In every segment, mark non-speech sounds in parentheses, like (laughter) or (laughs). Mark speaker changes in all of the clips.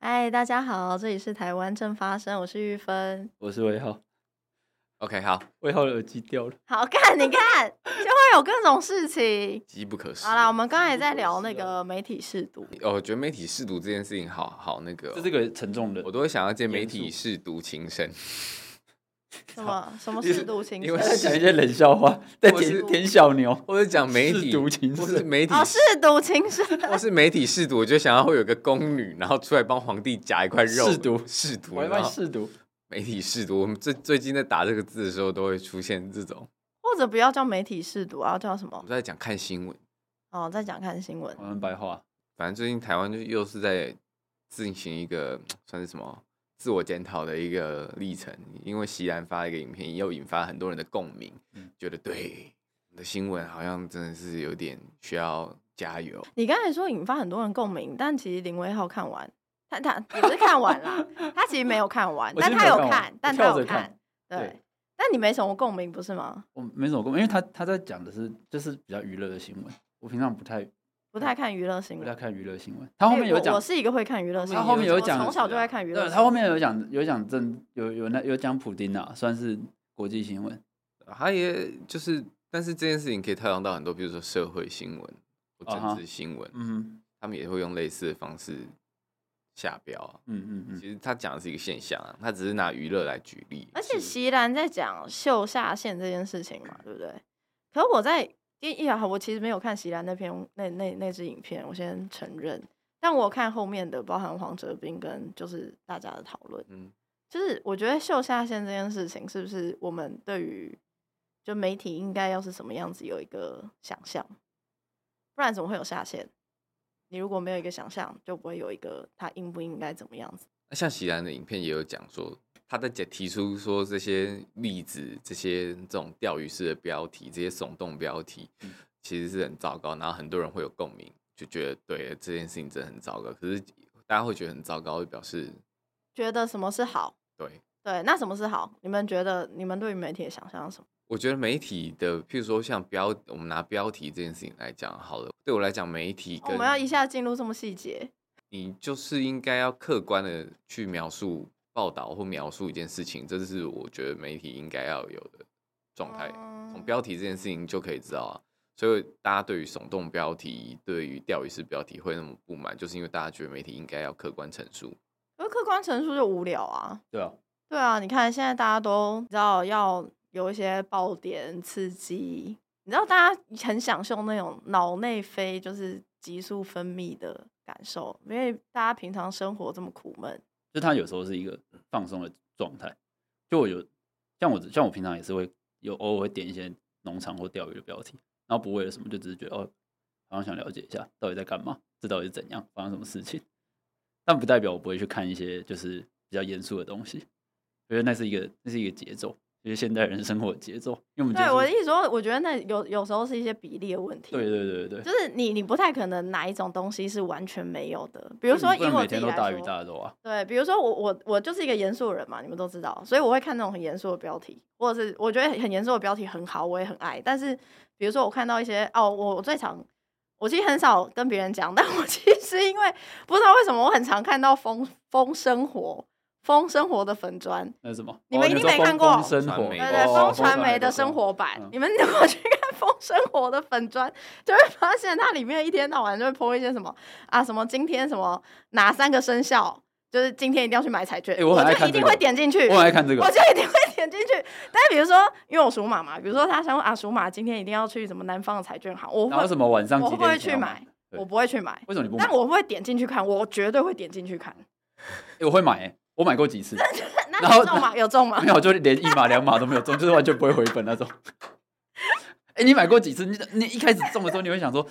Speaker 1: 嗨，哎大家好，这里是台湾正发生，我是玉芬。
Speaker 2: 我是魏浩，
Speaker 3: OK，好，
Speaker 2: 魏浩的耳机掉了。
Speaker 1: 好看，你看就会有各种事情。
Speaker 3: 机不可失。
Speaker 1: 好啦，我们刚才在聊那个媒体试读，
Speaker 3: 哦，我觉得媒体试读这件事情好好那个哦、
Speaker 2: 这是个沉重的
Speaker 3: 我，都会想要见媒
Speaker 2: 严
Speaker 3: 体
Speaker 2: 肃
Speaker 3: 试读情深，
Speaker 1: 什
Speaker 2: 哦
Speaker 1: 么什么
Speaker 3: 因为
Speaker 1: 试读情
Speaker 3: 因为
Speaker 2: 在
Speaker 1: 深
Speaker 2: 讲一些冷笑话，在
Speaker 3: 我是
Speaker 2: 舔舔小牛。
Speaker 3: 或者讲媒
Speaker 2: 试
Speaker 3: 体
Speaker 2: 读情
Speaker 3: 或是
Speaker 2: 深
Speaker 3: 媒体
Speaker 1: 哦，试读情深，
Speaker 3: 或是媒体试读，我就想要会有个宫女，然后出来帮皇帝夹一块肉。
Speaker 2: 试读
Speaker 3: 试读，
Speaker 2: 我要
Speaker 3: 然
Speaker 2: 帮你
Speaker 3: 后
Speaker 2: 试读，
Speaker 3: 媒体试读，我们最最近在打这个字的时候，都会出现这种。
Speaker 1: 或者不要叫媒体试读啊，叫什
Speaker 3: 我
Speaker 1: 么
Speaker 3: 们？在讲看新闻，
Speaker 1: 哦，再讲看新闻
Speaker 2: 我，们白话。
Speaker 3: 反正最近台湾就又是在进行一个算是什么自我检讨的一个历程，因为席兰发了一个影片，又引发很多人的共鸣，
Speaker 2: 嗯
Speaker 3: 觉得对我们的新闻好像真的是有点需要加油。
Speaker 1: 你刚才说引发很多人共鸣，但其实林威浩看完，他他也不是看完啦，他其实没有看完，
Speaker 2: 我
Speaker 1: 但
Speaker 2: 其实
Speaker 1: 他
Speaker 2: 没有
Speaker 1: 有
Speaker 2: 看完
Speaker 1: 看，但
Speaker 2: 我
Speaker 1: 他
Speaker 2: 跳
Speaker 1: 有
Speaker 2: 着看
Speaker 1: 看，对
Speaker 2: 对。
Speaker 1: 但你没什么共鸣，不是吗？
Speaker 2: 我没什么共鸣，因为他他在讲的是就是比较娱乐的新闻。我平常不太
Speaker 1: 不
Speaker 2: 嗯
Speaker 1: 太看娱乐新
Speaker 2: 不
Speaker 1: 闻
Speaker 2: 太。看娱乐新闻。他后面
Speaker 1: 哎
Speaker 2: 有
Speaker 1: 我
Speaker 2: 讲
Speaker 1: 我，是一个会看娱乐新闻，
Speaker 2: 他后面有
Speaker 1: 我
Speaker 2: 讲
Speaker 1: 从小就爱看娱乐
Speaker 2: 对，啊
Speaker 1: 新闻。
Speaker 2: 他后面有讲有讲政有有那有讲普丁啊，算是国际新闻。
Speaker 3: 他也就是，但是这件事情可以套用到很多，比如说社会新闻、或
Speaker 2: 啊哈
Speaker 3: 政治新闻
Speaker 2: 嗯
Speaker 3: 他们也会用类似的方式下标啊、
Speaker 2: 嗯嗯嗯，
Speaker 3: 其实他讲的是一个现象啊，他只是拿娱乐来举例。
Speaker 1: 而且席兰在讲秀下线这件事情嘛，对不对？可我在第一啊，我其实没有看席兰那篇那那那支影片，我先承认。但我有看后面的，包含黄哲斌跟就是大家的讨论，
Speaker 3: 嗯，
Speaker 1: 就是我觉得秀下线这件事情，是不是我们对于就媒体应该要是什么样子有一个想象，不然怎么会有下线？你如果没有一个想象，就不会有一个他应不应该怎么样子。
Speaker 3: 那像席兰的影片也有讲说，他在解提出说这些例子、这些这种钓鱼式的标题、这些耸动标题，
Speaker 1: 嗯
Speaker 3: 其实是很糟糕，然后很多人会有共鸣，就觉得对这件事情真的很糟糕。可是大家会觉得很糟糕，就表示
Speaker 1: 觉得什么是好？
Speaker 3: 对。
Speaker 1: 对，那什么是好？你们觉得你们对于媒体的想象是什么？
Speaker 3: 我觉得媒体的，譬如说像标，我们拿标题这件事情来讲好了。对我来讲，媒体
Speaker 1: 哦
Speaker 3: 跟
Speaker 1: 我们要一下进入这么细节，
Speaker 3: 你就是应该要客观的去描述报道或描述一件事情，这是我觉得媒体应该要有的状态。从
Speaker 1: 嗯
Speaker 3: 标题这件事情就可以知道啊，所以大家对于耸动标题、对于钓鱼式标题会那么不满，就是因为大家觉得媒体应该要客观陈述。
Speaker 1: 因为客观陈述就无聊啊。
Speaker 2: 对啊，
Speaker 1: 对啊，你看现在大家都你知道要有一些爆点刺激，你知道大家很享受那种脑内啡就是激素分泌的感受，因为大家平常生活这么苦闷，
Speaker 2: 就他有时候是一个放松的状态。就我有像我像我平常也是会有偶尔会点一些农场或钓鱼的标题，然后不为了什么，就只是觉得哦，好像想了解一下到底在干嘛，这到底是怎样，发生什么事情。但不代表我不会去看一些就是比较严肃的东西，因为那是一个那是一个节奏，就是现代人生活的节奏。因为我们接
Speaker 1: 对
Speaker 2: 触
Speaker 1: 我的意思说，我觉得那有有时候是一些比例的问题，
Speaker 2: 对对对对
Speaker 1: 就
Speaker 2: 对，
Speaker 1: 是你你不太可能哪一种东西是完全没有的，比如说
Speaker 2: 不
Speaker 1: 以
Speaker 2: 能
Speaker 1: 我
Speaker 2: 每
Speaker 1: 自
Speaker 2: 天
Speaker 1: 己
Speaker 2: 都
Speaker 1: 来
Speaker 2: 大鱼
Speaker 1: 说，
Speaker 2: 大肉啊。
Speaker 1: 对，比如说我我我就是一个严肃的人嘛，你们都知道，所以我会看那种很严肃的标题，或者是我觉得很严肃的标题很好，我也很爱。但是比如说我看到一些哦，我我最常我其实很少跟别人讲，但 (laughs) 我其实因为不知道为什么，我很常看到风风生活风生活的粉砖，
Speaker 2: 那是什么？
Speaker 1: 你们
Speaker 2: 哦
Speaker 1: 一定
Speaker 2: 说
Speaker 1: 没
Speaker 2: 风
Speaker 1: 看过
Speaker 2: 风生活，
Speaker 3: 传媒
Speaker 1: 对对，
Speaker 2: 哦
Speaker 1: 啊风传媒啊的生。
Speaker 2: 风
Speaker 1: 活版，
Speaker 2: 嗯
Speaker 1: 你们如果去看风生活的粉砖，就会发现它里面一天到晚就会 po 一些什么啊，什么今天什么哪三个生肖，就是今天一定要去买彩券，
Speaker 2: 诶我
Speaker 1: 我
Speaker 2: 很爱
Speaker 1: 就
Speaker 2: 看
Speaker 1: 一定
Speaker 2: 这个
Speaker 1: 会点进去，
Speaker 2: 我很爱看这个
Speaker 1: 我，就一定会点进去。但比如说，因为我属马嘛，比如说他想说啊，属马今天一定要去什么南方的彩券行，我
Speaker 2: 然后
Speaker 1: 会
Speaker 2: 什么晚上
Speaker 1: 我
Speaker 2: 几
Speaker 1: 会
Speaker 2: 点
Speaker 1: 不会去
Speaker 2: 前要
Speaker 1: 买？？
Speaker 2: 对
Speaker 1: 我不会去买，
Speaker 2: 为什么你不买？
Speaker 1: 但我会点进去看，我绝对会点进去看。 (laughs)
Speaker 2: 欸我会买、欸，我买过几次，
Speaker 1: 那
Speaker 2: 然后
Speaker 1: 有中吗？有中吗
Speaker 2: (laughs) 没？有，就连一码两码都没有中，就是完全不会回本那种。哎、你买过几次？你你一开始中的时候，你会想说，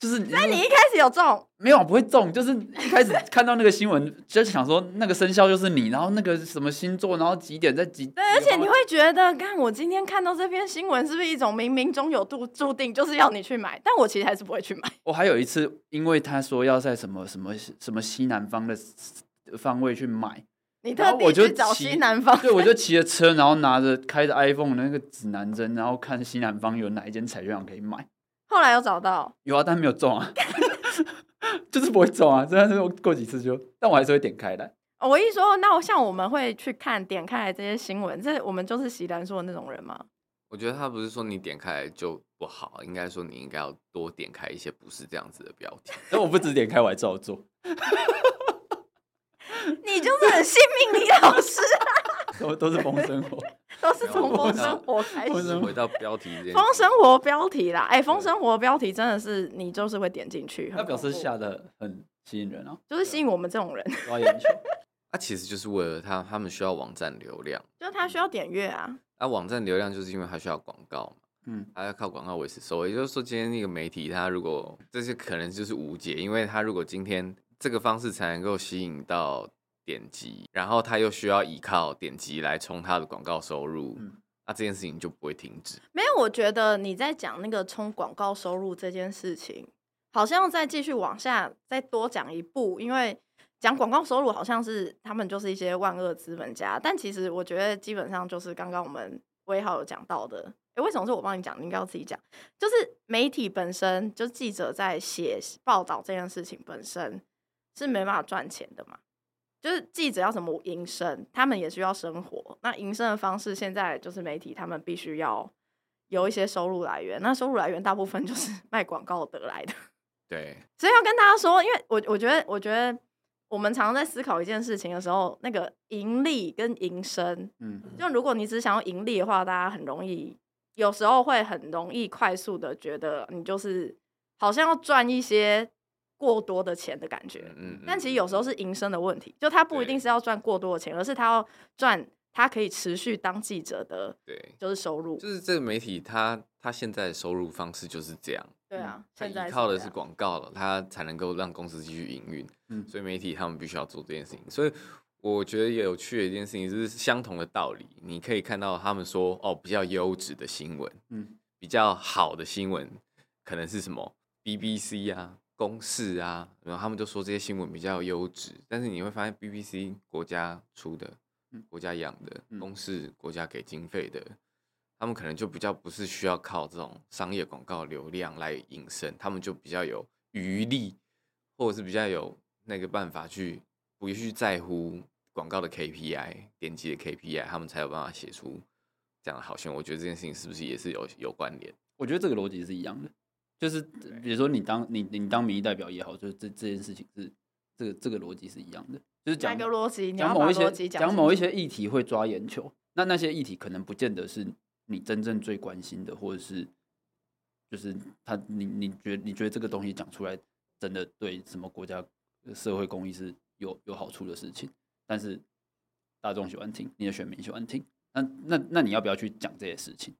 Speaker 2: 就是那
Speaker 1: 你一开始有中，
Speaker 2: 没有啊不会中，就是一开始看到那个新闻，就想说那个生肖就是你，然后那个什么星座，然后几点在几，
Speaker 1: 对，而且你会觉得，看我今天看到这篇新闻，是不是一种冥冥中有注注定，就是要你去买？但我其实还是不会去买。
Speaker 2: 我还有一次，因为他说要在什么什么什么西南方的方位去买，
Speaker 1: 你
Speaker 2: 然
Speaker 1: 特
Speaker 2: 后
Speaker 1: 地
Speaker 2: 我就
Speaker 1: 去找
Speaker 2: 骑
Speaker 1: 西南方，
Speaker 2: 对，我就骑着车，然后拿着开着 iPhone 的那个指南针，然后看西南方有哪一间彩券行可以买。
Speaker 1: 后来有找到，
Speaker 2: 有啊，但没有中啊。 (laughs) 就是不会中啊，真的是过几次就，但我还是会点开来。
Speaker 1: 哦我一说，那我像我们会去看点开来这些新闻，这我们就是席兰说的那种人吗？ (laughs)
Speaker 3: 我觉得他不是说你点开来就不好，应该说你应该要多点开一些不是这样子的标题。
Speaker 2: 但我不止点开，我还照做。
Speaker 1: 你就是很信命理老师，啊
Speaker 2: 都都是风生活，
Speaker 1: 都是从风生活开
Speaker 2: 风生
Speaker 1: 始。
Speaker 3: 回到标题这件事，
Speaker 1: 风生活标题啦，哎、风生活标题真的是你就是会点进去，很
Speaker 2: (laughs) 那表示
Speaker 1: 恐怖
Speaker 2: 下的很吸引人啊，
Speaker 1: 就是吸引我们这种人， (laughs)
Speaker 2: 抓眼球。
Speaker 3: 它、其实就是为了他他们需要网站流量，
Speaker 1: 就是他需要点阅啊。
Speaker 3: 那、网站流量就是因为它需要广告嘛，
Speaker 2: (laughs) 嗯，
Speaker 3: 它要靠广告维持收益。也就是说，今天那个媒体它如果这些可能就是无解，因为它如果今天这个方式才能够吸引到点击，然后它又需要依靠点击来冲它的广告收入，
Speaker 2: 嗯
Speaker 3: 那这件事情就不会停止。
Speaker 1: 没有，我觉得你在讲那个冲广告收入这件事情，好像再继续往下再多讲一步，因为讲广告收入好像是他们就是一些万恶资本家，但其实我觉得基本上就是刚刚我们威浩有讲到的。诶，为什么是我帮你讲？你应该要自己讲。就是媒体本身，就是记者在写报道这件事情本身是没办法赚钱的嘛。就是记者要怎么营生，他们也需要生活。那营生的方式，现在就是媒体他们必须要有一些收入来源。那收入来源大部分就是 (laughs) 卖广告得来的。
Speaker 3: 对，
Speaker 1: 所以要跟大家说，因为我我觉得，我觉得我们常常在思考一件事情的时候，那个盈利跟营生，
Speaker 2: 嗯，
Speaker 1: 就如果你只想要盈利的话，大家很容易，有时候会很容易快速的觉得你就是好像要赚一些过多的钱的感觉。
Speaker 3: 嗯嗯
Speaker 1: 但其实有时候是营生的问题，就他不一定
Speaker 3: 对
Speaker 1: 是要赚过多的钱，而是他要赚他可以持续当记者的，
Speaker 3: 对，
Speaker 1: 就是收入。
Speaker 3: 就是这个媒体它它现在的收入方式就是这样，
Speaker 1: 对啊，
Speaker 3: 它
Speaker 1: 现在
Speaker 3: 嗯依靠的
Speaker 1: 这
Speaker 3: 是
Speaker 1: 样
Speaker 3: 广告了，它才能够让公司继续营运。
Speaker 2: 嗯
Speaker 3: 所以媒体他们必须要做这件事情。所以我觉得也有趣的一件事情就是相同的道理，你可以看到他们说哦，比较优质的新闻，
Speaker 2: 嗯，
Speaker 3: 比较好的新闻，可能是什么 BBC 啊。公视啊，然后他们就说这些新闻比较优质，但是你会发现 BBC 国家出的
Speaker 2: 嗯、
Speaker 3: 国家养的
Speaker 2: 嗯，
Speaker 3: 公视国家给经费的，他们可能就比较不是需要靠这种商业广告流量来营生，他们就比较有余力，或者是比较有那个办法去不去在乎广告的 KPI、点击的 KPI，他们才有办法写出这样的好新闻。我觉得这件事情是不是也是有有关联？
Speaker 2: 我觉得这个逻辑是一样的，就是比如说你当你你当民意代表也好，就是这这件事情是这个这个逻辑是一样的，就是
Speaker 1: 哪
Speaker 2: 讲
Speaker 1: 个逻辑？你
Speaker 2: 讲
Speaker 1: 要
Speaker 2: 某
Speaker 1: 把
Speaker 2: 一些
Speaker 1: 逻辑
Speaker 2: 讲
Speaker 1: 清
Speaker 2: 某一
Speaker 1: 楚
Speaker 2: 些议题会抓眼球，那那些议题可能不见得是你真正最关心的，或者是就是他你你觉得你觉得这个东西讲出来真的对什么国家呃社会公益是有有好处的事情，但是大众喜欢听，你的选民喜欢听，那那那你要不要去讲这些事情？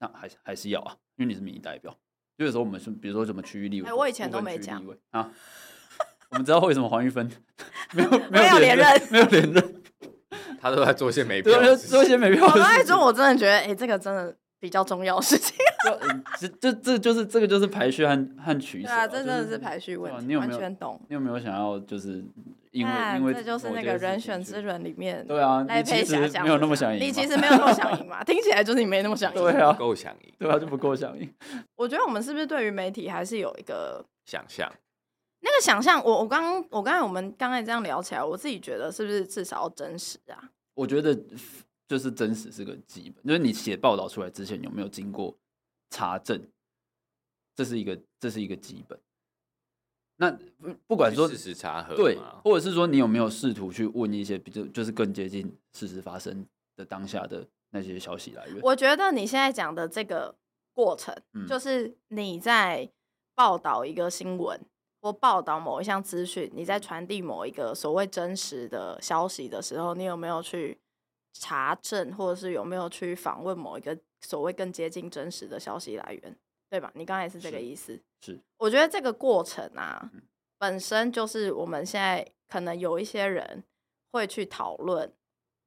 Speaker 2: 那还是还是要啊，因为你是民意代表。就有时候我们是比如说什么区域立委，
Speaker 1: 哎我以前
Speaker 2: 不
Speaker 1: 都
Speaker 2: 分
Speaker 1: 没
Speaker 2: 区立
Speaker 1: 讲
Speaker 2: 委啊。我们知道为什么黄玉芬 (laughs) 没有
Speaker 1: 没有连任
Speaker 2: 没有连任，
Speaker 3: 他都在做一
Speaker 2: (laughs)
Speaker 3: 些没必
Speaker 2: 对
Speaker 3: 要
Speaker 2: 啊，
Speaker 3: 的事
Speaker 2: 做一
Speaker 3: 情。
Speaker 2: 些没必要
Speaker 1: 我
Speaker 2: 的
Speaker 1: 刚才
Speaker 2: 事情
Speaker 1: 说，我真的觉得，哎、这个真的比较重要的事情。
Speaker 2: (laughs) 就嗯这这这就是这个就是排序和和取
Speaker 1: 对
Speaker 2: 舍、
Speaker 1: 啊，这真的
Speaker 2: 就是
Speaker 1: 排序问
Speaker 2: 对啊
Speaker 1: 题，
Speaker 2: 你有
Speaker 1: 完
Speaker 2: 没有
Speaker 1: 全懂。
Speaker 2: 你有没有想要就是因为、
Speaker 1: 看
Speaker 2: 因为
Speaker 1: 这就是
Speaker 2: 某
Speaker 1: 那个
Speaker 2: 件事情
Speaker 1: 人选
Speaker 2: 去
Speaker 1: 之人里面，
Speaker 2: 对啊，
Speaker 1: 赖
Speaker 2: 你
Speaker 1: 佩
Speaker 2: 其实
Speaker 1: 霞讲
Speaker 2: 没有
Speaker 1: 的
Speaker 2: 那么想赢嘛，
Speaker 1: 你其实没有那么想赢嘛， (laughs) 听起来就是你没那么想赢。
Speaker 2: 对啊
Speaker 3: 够想赢
Speaker 2: 对啊就不够想赢，
Speaker 1: 我觉得我们是不是对于媒体还是有一个
Speaker 3: 想象，
Speaker 1: 那个想象？我我刚我刚才我们刚才这样聊起来，我自己觉得是不是至少要真实啊？
Speaker 2: 我觉得就是真实是个基本，就是你写报道出来之前有没有经过查证，这是一个这是一个基本。那不不管说
Speaker 3: 事实查核
Speaker 2: 对
Speaker 3: 嘛，
Speaker 2: 或者是说你有没有试图去问一些比较就是更接近事实发生的当下的那些消息来源？
Speaker 1: 我觉得你现在讲的这个过程，
Speaker 2: 嗯
Speaker 1: 就是你在报道一个新闻或报道某一项资讯，你在传递某一个所谓真实的消息的时候，你有没有去查证，或者是有没有去访问某一个所谓更接近真实的消息来源，对吧？你刚才是这个
Speaker 2: 是
Speaker 1: 意思。
Speaker 2: 是，
Speaker 1: 我觉得这个过程啊
Speaker 2: 嗯，
Speaker 1: 本身就是我们现在可能有一些人会去讨论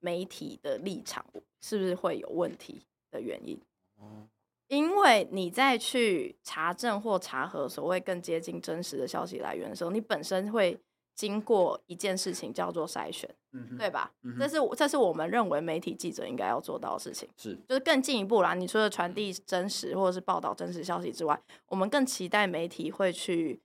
Speaker 1: 媒体的立场是不是会有问题的原因。因为你在去查证或查核所谓更接近真实的消息来源的时候，你本身会经过一件事情叫做筛选，
Speaker 2: 嗯哼
Speaker 1: 对吧？
Speaker 2: 嗯哼
Speaker 1: 这是这是我们认为媒体记者应该要做到的事情。
Speaker 2: 是
Speaker 1: 就是更进一步啦。你除了传递真实或者是报道真实消息之外，我们更期待媒体会去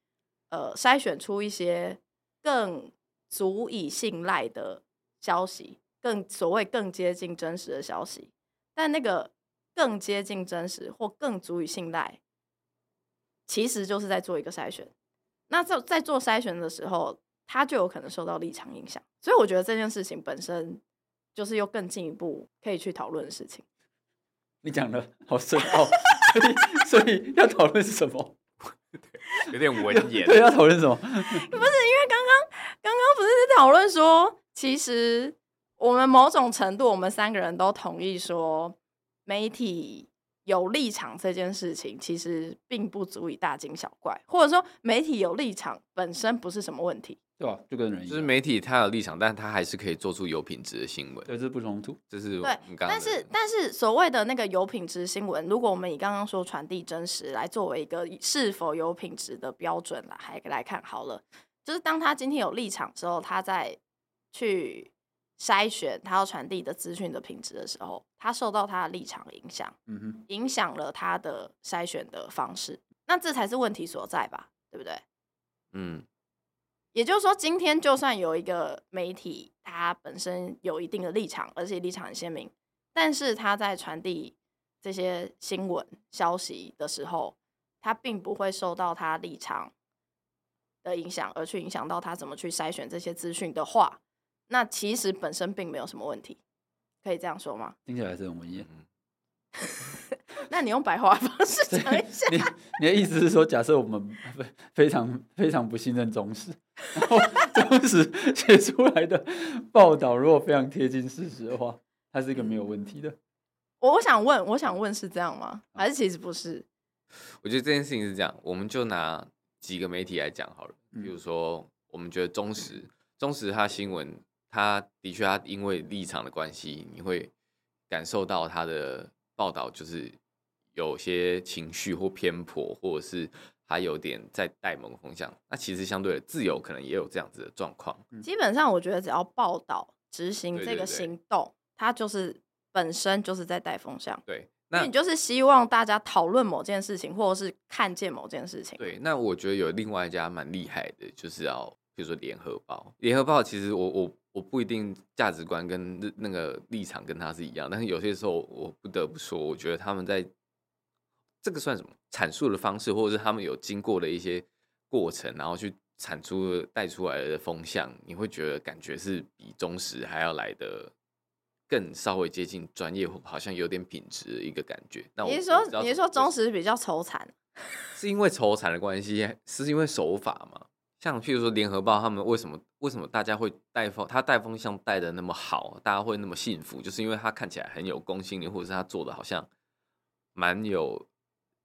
Speaker 1: 呃筛选出一些更足以信赖的消息，更所谓更接近真实的消息。但那个更接近真实或更足以信赖，其实就是在做一个筛选。那在在做筛选的时候，他就有可能受到立场影响。所以我觉得这件事情本身就是又更进一步可以去讨论的事情。
Speaker 2: 你讲的好深奥， (laughs) 所以所以要讨论是什么？
Speaker 3: 有点文言。
Speaker 2: 对，要啊讨论什么？
Speaker 1: 不是因为刚刚刚刚不是在讨论说，其实我们某种程度，我们三个人都同意说，媒体有立场这件事情，其实并不足以大惊小怪，或者说媒体有立场本身不是什么问题。
Speaker 2: 对吧？就跟人一
Speaker 3: 就是
Speaker 2: 样，
Speaker 3: 媒体它有立场，但它还是可以做出有品质的新闻，
Speaker 2: 对，这不冲突。
Speaker 3: 这是我
Speaker 1: 对
Speaker 3: 们，刚刚嗯
Speaker 1: 但
Speaker 3: 的
Speaker 1: 是但是所谓的那个有品质新闻，如果我们以刚刚说传递真实来作为一个是否有品质的标准来来看好了，就是当他今天有立场之后，他再去筛选他要传递的资讯的品质的时候，他受到他的立场影响，
Speaker 2: 嗯哼，
Speaker 1: 影响了他的筛选的方式，那这才是问题所在吧，对不对？
Speaker 3: 嗯，
Speaker 1: 也就是说，今天就算有一个媒体，它本身有一定的立场，而且立场很鲜明，但是它在传递这些新闻消息的时候，它并不会受到它立场的影响，而去影响到它怎么去筛选这些资讯的话，那其实本身并没有什么问题，可以这样说吗？ (laughs)
Speaker 2: 听起来还是很文
Speaker 3: 嗯
Speaker 2: 言。，
Speaker 1: 那你用白话方式讲一下
Speaker 2: 你你的意思是说，假设我们非非常非常不信任中史， (laughs) 然后中史写出来的报道如果非常贴近事实的话，它是一个没有问题的。
Speaker 1: 我我想问，我想问是这样吗？还是其实不是？
Speaker 3: 我觉得这件事情是这样，我们就拿几个媒体来讲好了，
Speaker 2: 嗯
Speaker 3: 比如说我们觉得中时，中时它新闻，它的确它因为立场的关系，你会感受到它的报道就是有些情绪或偏颇，或者是它有点在带某个风向。那其实相对的，自由可能也有这样子的状况。
Speaker 1: 基本上，我觉得只要报道执行
Speaker 3: 对
Speaker 1: 这
Speaker 3: 对
Speaker 1: 个
Speaker 3: 对
Speaker 1: 行动，它就是本身就是在带风向，
Speaker 3: 对，
Speaker 1: 因
Speaker 3: 那
Speaker 1: 为你就是希望大家讨论某件事情，或者是看见某件事情。
Speaker 3: 对，那我觉得有另外一家蛮厉害的，就是要比如说联合报。联合报其实我我我不一定价值观跟那那个立场跟他是一样，但是有些时候我不得不说，我觉得他们在这个算什么阐述的方式，或者是他们有经过的一些过程，然后去产出带出来的风向，你会觉得感觉是比忠实还要来的。更稍微接近专业，或好像有点品质的一个感觉。那我
Speaker 1: 你是
Speaker 3: 我知
Speaker 1: 说
Speaker 3: 道
Speaker 1: 你是说
Speaker 3: 为什
Speaker 1: 忠
Speaker 3: 么
Speaker 1: 实比较愁惨，
Speaker 3: 是因为仇产的关系，是因为手法嘛？像譬如说《联合报》，他们为什么为什么大家会带风，他带风向带的那么好，大家会那么幸福，就是因为他看起来很有公信力，或者是他做的好像蛮有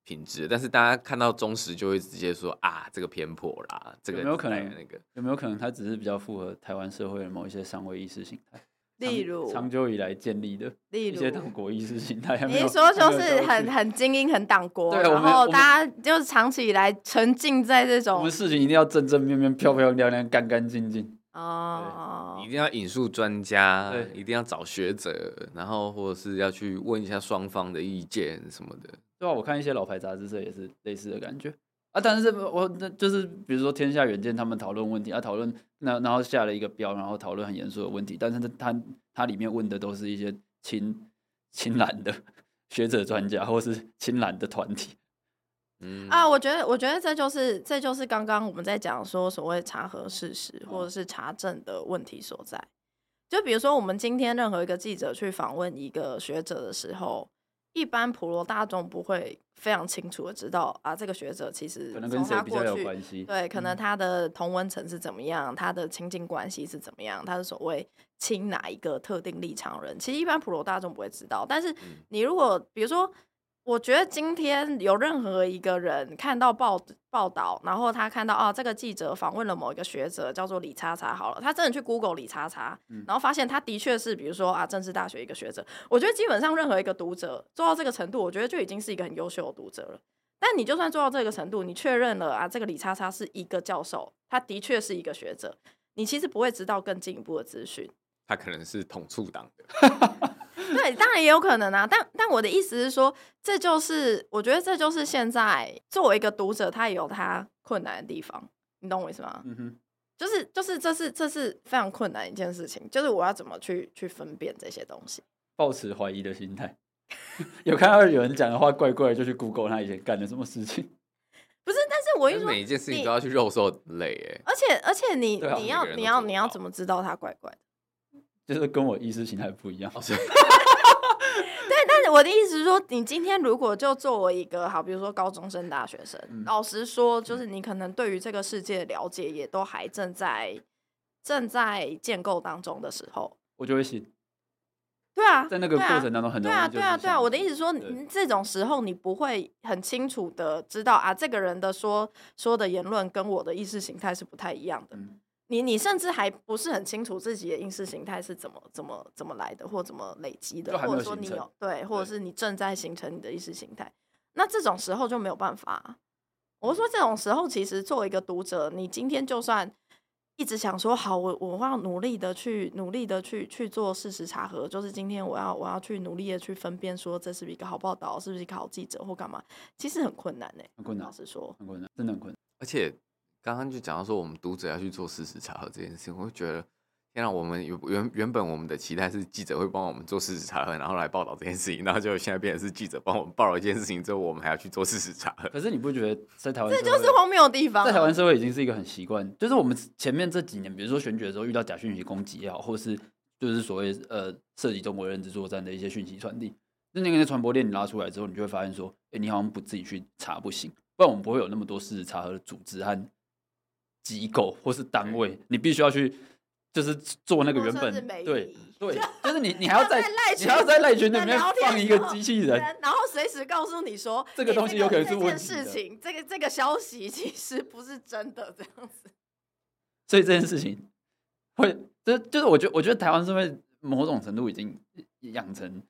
Speaker 3: 品质的。但是大家看到忠实就会直接说啊，这个偏颇啦，这个
Speaker 2: 有没有可能哦
Speaker 3: 那个？
Speaker 2: 有没有可能它只是比较符合台湾社会的某一些商位意识形态？
Speaker 1: 例
Speaker 2: 长
Speaker 1: 如
Speaker 2: 长久以来建立的
Speaker 1: 例
Speaker 2: 一些
Speaker 1: 如
Speaker 2: 党国意识形态，还没
Speaker 1: 你
Speaker 2: 有
Speaker 1: 说就
Speaker 2: 还没有
Speaker 1: 是
Speaker 2: 消
Speaker 1: 很
Speaker 2: 去
Speaker 1: 很精英、很党国，
Speaker 2: 对我
Speaker 1: 然
Speaker 2: 们
Speaker 1: 后
Speaker 2: 我们
Speaker 1: 大家就是长期以来沉浸在这
Speaker 2: 我
Speaker 1: 种
Speaker 2: 们事情一定要正正面面、漂漂亮亮、干干净净。
Speaker 1: 哦
Speaker 3: 一定要引述专家
Speaker 2: 对，
Speaker 3: 一定要找学者，然后或者是要去问一下双方的意见什么的。
Speaker 2: 对啊，我看一些老牌杂志社也是类似的感觉啊。但是我那就是比如说《天下远见》他们讨论问题啊，讨论那然后下了一个标，然后讨论很严肃的问题，但是它它它里面问的都是一些亲亲蓝的 (laughs) 学者专家或是亲蓝的团体。
Speaker 3: 嗯
Speaker 1: 啊，我觉得，我觉得这就是这就是刚刚我们在讲说所谓查核事
Speaker 2: 嗯
Speaker 1: 实或者是查证的问题所在。就比如说，我们今天任何一个记者去访问一个学者的时候，一般普罗大众不会非常清楚的知道啊，这个学者其实
Speaker 2: 可能
Speaker 1: 从
Speaker 2: 跟谁
Speaker 1: 他
Speaker 2: 比
Speaker 1: 过
Speaker 2: 较有
Speaker 1: 去
Speaker 2: 关系？
Speaker 1: 对，可能
Speaker 2: 嗯
Speaker 1: 他的同温层是怎么样，他的亲近关系是怎么样，他是所谓亲哪一个特定立场人，其实一般普罗大众不会知道。但是
Speaker 2: 嗯
Speaker 1: 你如果比如说，我觉得今天有任何一个人看到报报道，然后他看到啊，这个记者访问了某一个学者，叫做李叉叉，好了，他真的去 Google 李叉叉，
Speaker 2: 嗯
Speaker 1: 然后发现他的确是，比如说啊，政治大学一个学者，我觉得基本上任何一个读者做到这个程度，我觉得就已经是一个很优秀的读者了。但你就算做到这个程度，你确认了啊，这个李叉叉是一个教授，他的确是一个学者，你其实不会知道更进一步的资讯。
Speaker 3: 他可能是统促党的。
Speaker 1: 对，当然也有可能啊，但但我的意思是说，这就是我觉得这就是现在作为一个读者，他也有他困难的地方，你懂我意思吗？
Speaker 2: 嗯哼，
Speaker 1: 就是就是这是这是非常困难一件事情，就是我要怎么去去分辨这些东西。
Speaker 2: 抱持怀疑的心态。 (laughs) 有看到有人讲的话怪怪的，就去 Google 他以前干的什么事情。
Speaker 1: 不是，但是我一
Speaker 3: 但
Speaker 1: 说，
Speaker 3: 每一件事情
Speaker 1: 你
Speaker 3: 都要去肉搜很累哎，
Speaker 1: 而且而且你、
Speaker 2: 对啊
Speaker 1: 你
Speaker 2: 每
Speaker 1: 要
Speaker 3: 个人
Speaker 1: 你
Speaker 3: 都
Speaker 1: 要
Speaker 3: 做
Speaker 1: 你
Speaker 3: 不
Speaker 1: 要
Speaker 3: 到
Speaker 1: 怎么知道它怪怪的？
Speaker 2: 就是跟我意识形态不一样，
Speaker 3: (laughs) 哦所以
Speaker 1: 对，但是我的意思是说，你今天如果就作为一个好，比如说高中生、大学生，
Speaker 2: 嗯
Speaker 1: 老实说，就是你可能对于这个世界的了解也都还正在正在建构当中的时候，
Speaker 2: 我就会信。
Speaker 1: 对啊，
Speaker 2: 在那个
Speaker 1: 对
Speaker 2: 过
Speaker 1: 啊
Speaker 2: 程当中，很
Speaker 1: 对
Speaker 2: 容易
Speaker 1: 啊，
Speaker 2: 就是
Speaker 1: 对啊，对啊！
Speaker 2: 想
Speaker 1: 我的意思是说，
Speaker 2: 对
Speaker 1: 你这种时候你不会很清楚的知道啊，这个人的说说的言论跟我的意识形态是不太一样的。
Speaker 2: 嗯
Speaker 1: 你你甚至还不是很清楚自己的意识形态是怎么怎么怎么来的，或怎么累积的
Speaker 2: 就，还没
Speaker 1: 或者
Speaker 2: 有
Speaker 1: 说
Speaker 2: 形
Speaker 1: 你
Speaker 2: 成
Speaker 1: 有对，或者
Speaker 2: 对
Speaker 1: 是你正在形成你的意识形态。那这种时候就没有办法啊、我是
Speaker 2: 嗯
Speaker 1: 说这种时候，其实作为一个读者，你今天就算一直想说好，我我要努力的去努力的去去做事实查核，就是今天我要我要去努力的去分辨说这是不是一个好报道，是不是一个好记者或干嘛，其实很困难呢、
Speaker 2: 很困难
Speaker 1: 老，实说，
Speaker 2: 很困难，真的很困难。
Speaker 3: 而且刚刚就讲到说，我们读者要去做事实查核这件事情，我就觉得，天啊，我们有原原本我们的期待是记者会帮我们做事实查核，然后来报道这件事情，然后就现在变成是记者帮我们报道一件事情之后，我们还要去做事实查核。
Speaker 2: 可是你不觉得在台湾
Speaker 1: 这
Speaker 2: 社会
Speaker 1: 就是荒谬的地方啊、
Speaker 2: 在台湾社会已经是一个很习惯，就是我们前面这几年，比如说选举的时候遇到假讯息攻击也好，或是就是所谓呃涉及中国认知作战的一些讯息传递，那那个传播链你拉出来之后，你就会发现说，哎、你好像不自己去查不行，不然我们不会有那么多事实查核的组织和机构或是单
Speaker 1: 嗯
Speaker 2: 位，你必须要去就是做
Speaker 1: (laughs)
Speaker 2: 那个
Speaker 1: 或
Speaker 2: 原
Speaker 1: 甚
Speaker 2: 本
Speaker 1: 至媒
Speaker 2: 对
Speaker 1: 体
Speaker 2: 对，
Speaker 1: (laughs)
Speaker 2: 就是你你还要
Speaker 1: 要在
Speaker 2: 在
Speaker 1: 赖
Speaker 2: 你还要
Speaker 1: 群
Speaker 2: 在赖群里
Speaker 1: 在
Speaker 2: 面
Speaker 1: 聊天哦
Speaker 2: 放
Speaker 1: 的
Speaker 2: 一个
Speaker 1: 时候
Speaker 2: 机器人，
Speaker 1: 然后随时告诉你说
Speaker 2: 这个
Speaker 1: 诶
Speaker 2: 东西有可能是
Speaker 1: 这
Speaker 2: 问
Speaker 1: 件
Speaker 2: 题
Speaker 1: 事
Speaker 2: 的
Speaker 1: 情，这个这个消息其实不是真的这样子。
Speaker 2: 所以这件事情会，这就是我觉得，我觉得台湾社会某种程度已经养成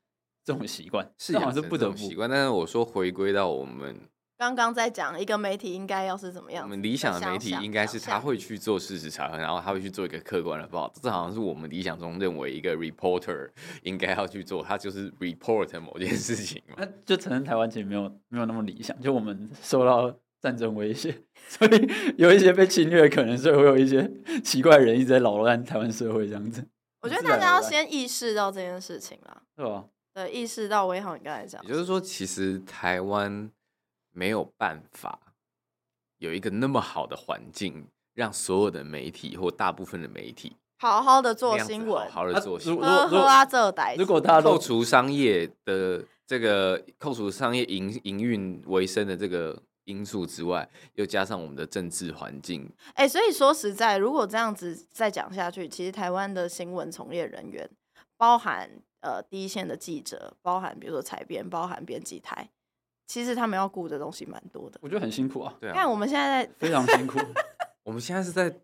Speaker 2: 这种习惯，
Speaker 3: 是
Speaker 2: 这好
Speaker 3: 养
Speaker 2: 像 (laughs) 是
Speaker 3: 成
Speaker 2: 不
Speaker 3: 这
Speaker 2: 得
Speaker 3: 种
Speaker 2: 不
Speaker 3: 习惯，但是我说回归到我们
Speaker 1: 刚刚在讲一个媒体应该要是怎么样子，
Speaker 3: 我们理想的媒体应该是
Speaker 1: 他
Speaker 3: 他会去做事实查核，然后他会去做一个客观的报道，这好像是我们理想中认为一个 reporter 应该要去做，他就是 report 某件事情嘛。
Speaker 2: 那就承认台湾其实没有没有那么理想，就我们受到战争威胁， (laughs) 所以有一些被侵略，可能所以会有一些奇怪的人一直在扰乱台湾社会这样子，
Speaker 1: 我觉得
Speaker 2: 自
Speaker 1: 大
Speaker 2: 然
Speaker 1: 家
Speaker 2: 而
Speaker 1: 要
Speaker 2: 然
Speaker 1: 先意识到这件事情啦，
Speaker 2: 是吧？
Speaker 1: 对，意识到我也好，你刚才讲
Speaker 3: 也，就是说，其实台湾没有办法有一个那么好的环境，让所有的媒体或大部分的媒体
Speaker 1: 好好的
Speaker 3: 那
Speaker 1: 做
Speaker 3: 样子
Speaker 1: 新闻，
Speaker 3: 好好的
Speaker 2: 啊
Speaker 3: 做
Speaker 2: 如
Speaker 3: 新闻。
Speaker 1: 呵呵
Speaker 2: 如果
Speaker 1: 啊，这代
Speaker 2: 如果大家
Speaker 3: 扣
Speaker 2: 都
Speaker 3: 除商业的这个扣除商业营营运为生的这个因素之外，又加上我们的政治环境，
Speaker 1: 哎、所以说实在，如果这样子再讲下去，其实台湾的新闻从业人员，包含呃第一线的记者，包含比如说采编，包含编辑台，其实他们要顾的东西蛮多的。
Speaker 2: 我觉得很辛苦啊，
Speaker 3: 对
Speaker 1: 看
Speaker 3: 啊，
Speaker 1: 我们现在在，
Speaker 2: 非常辛苦，
Speaker 3: 我们现在是在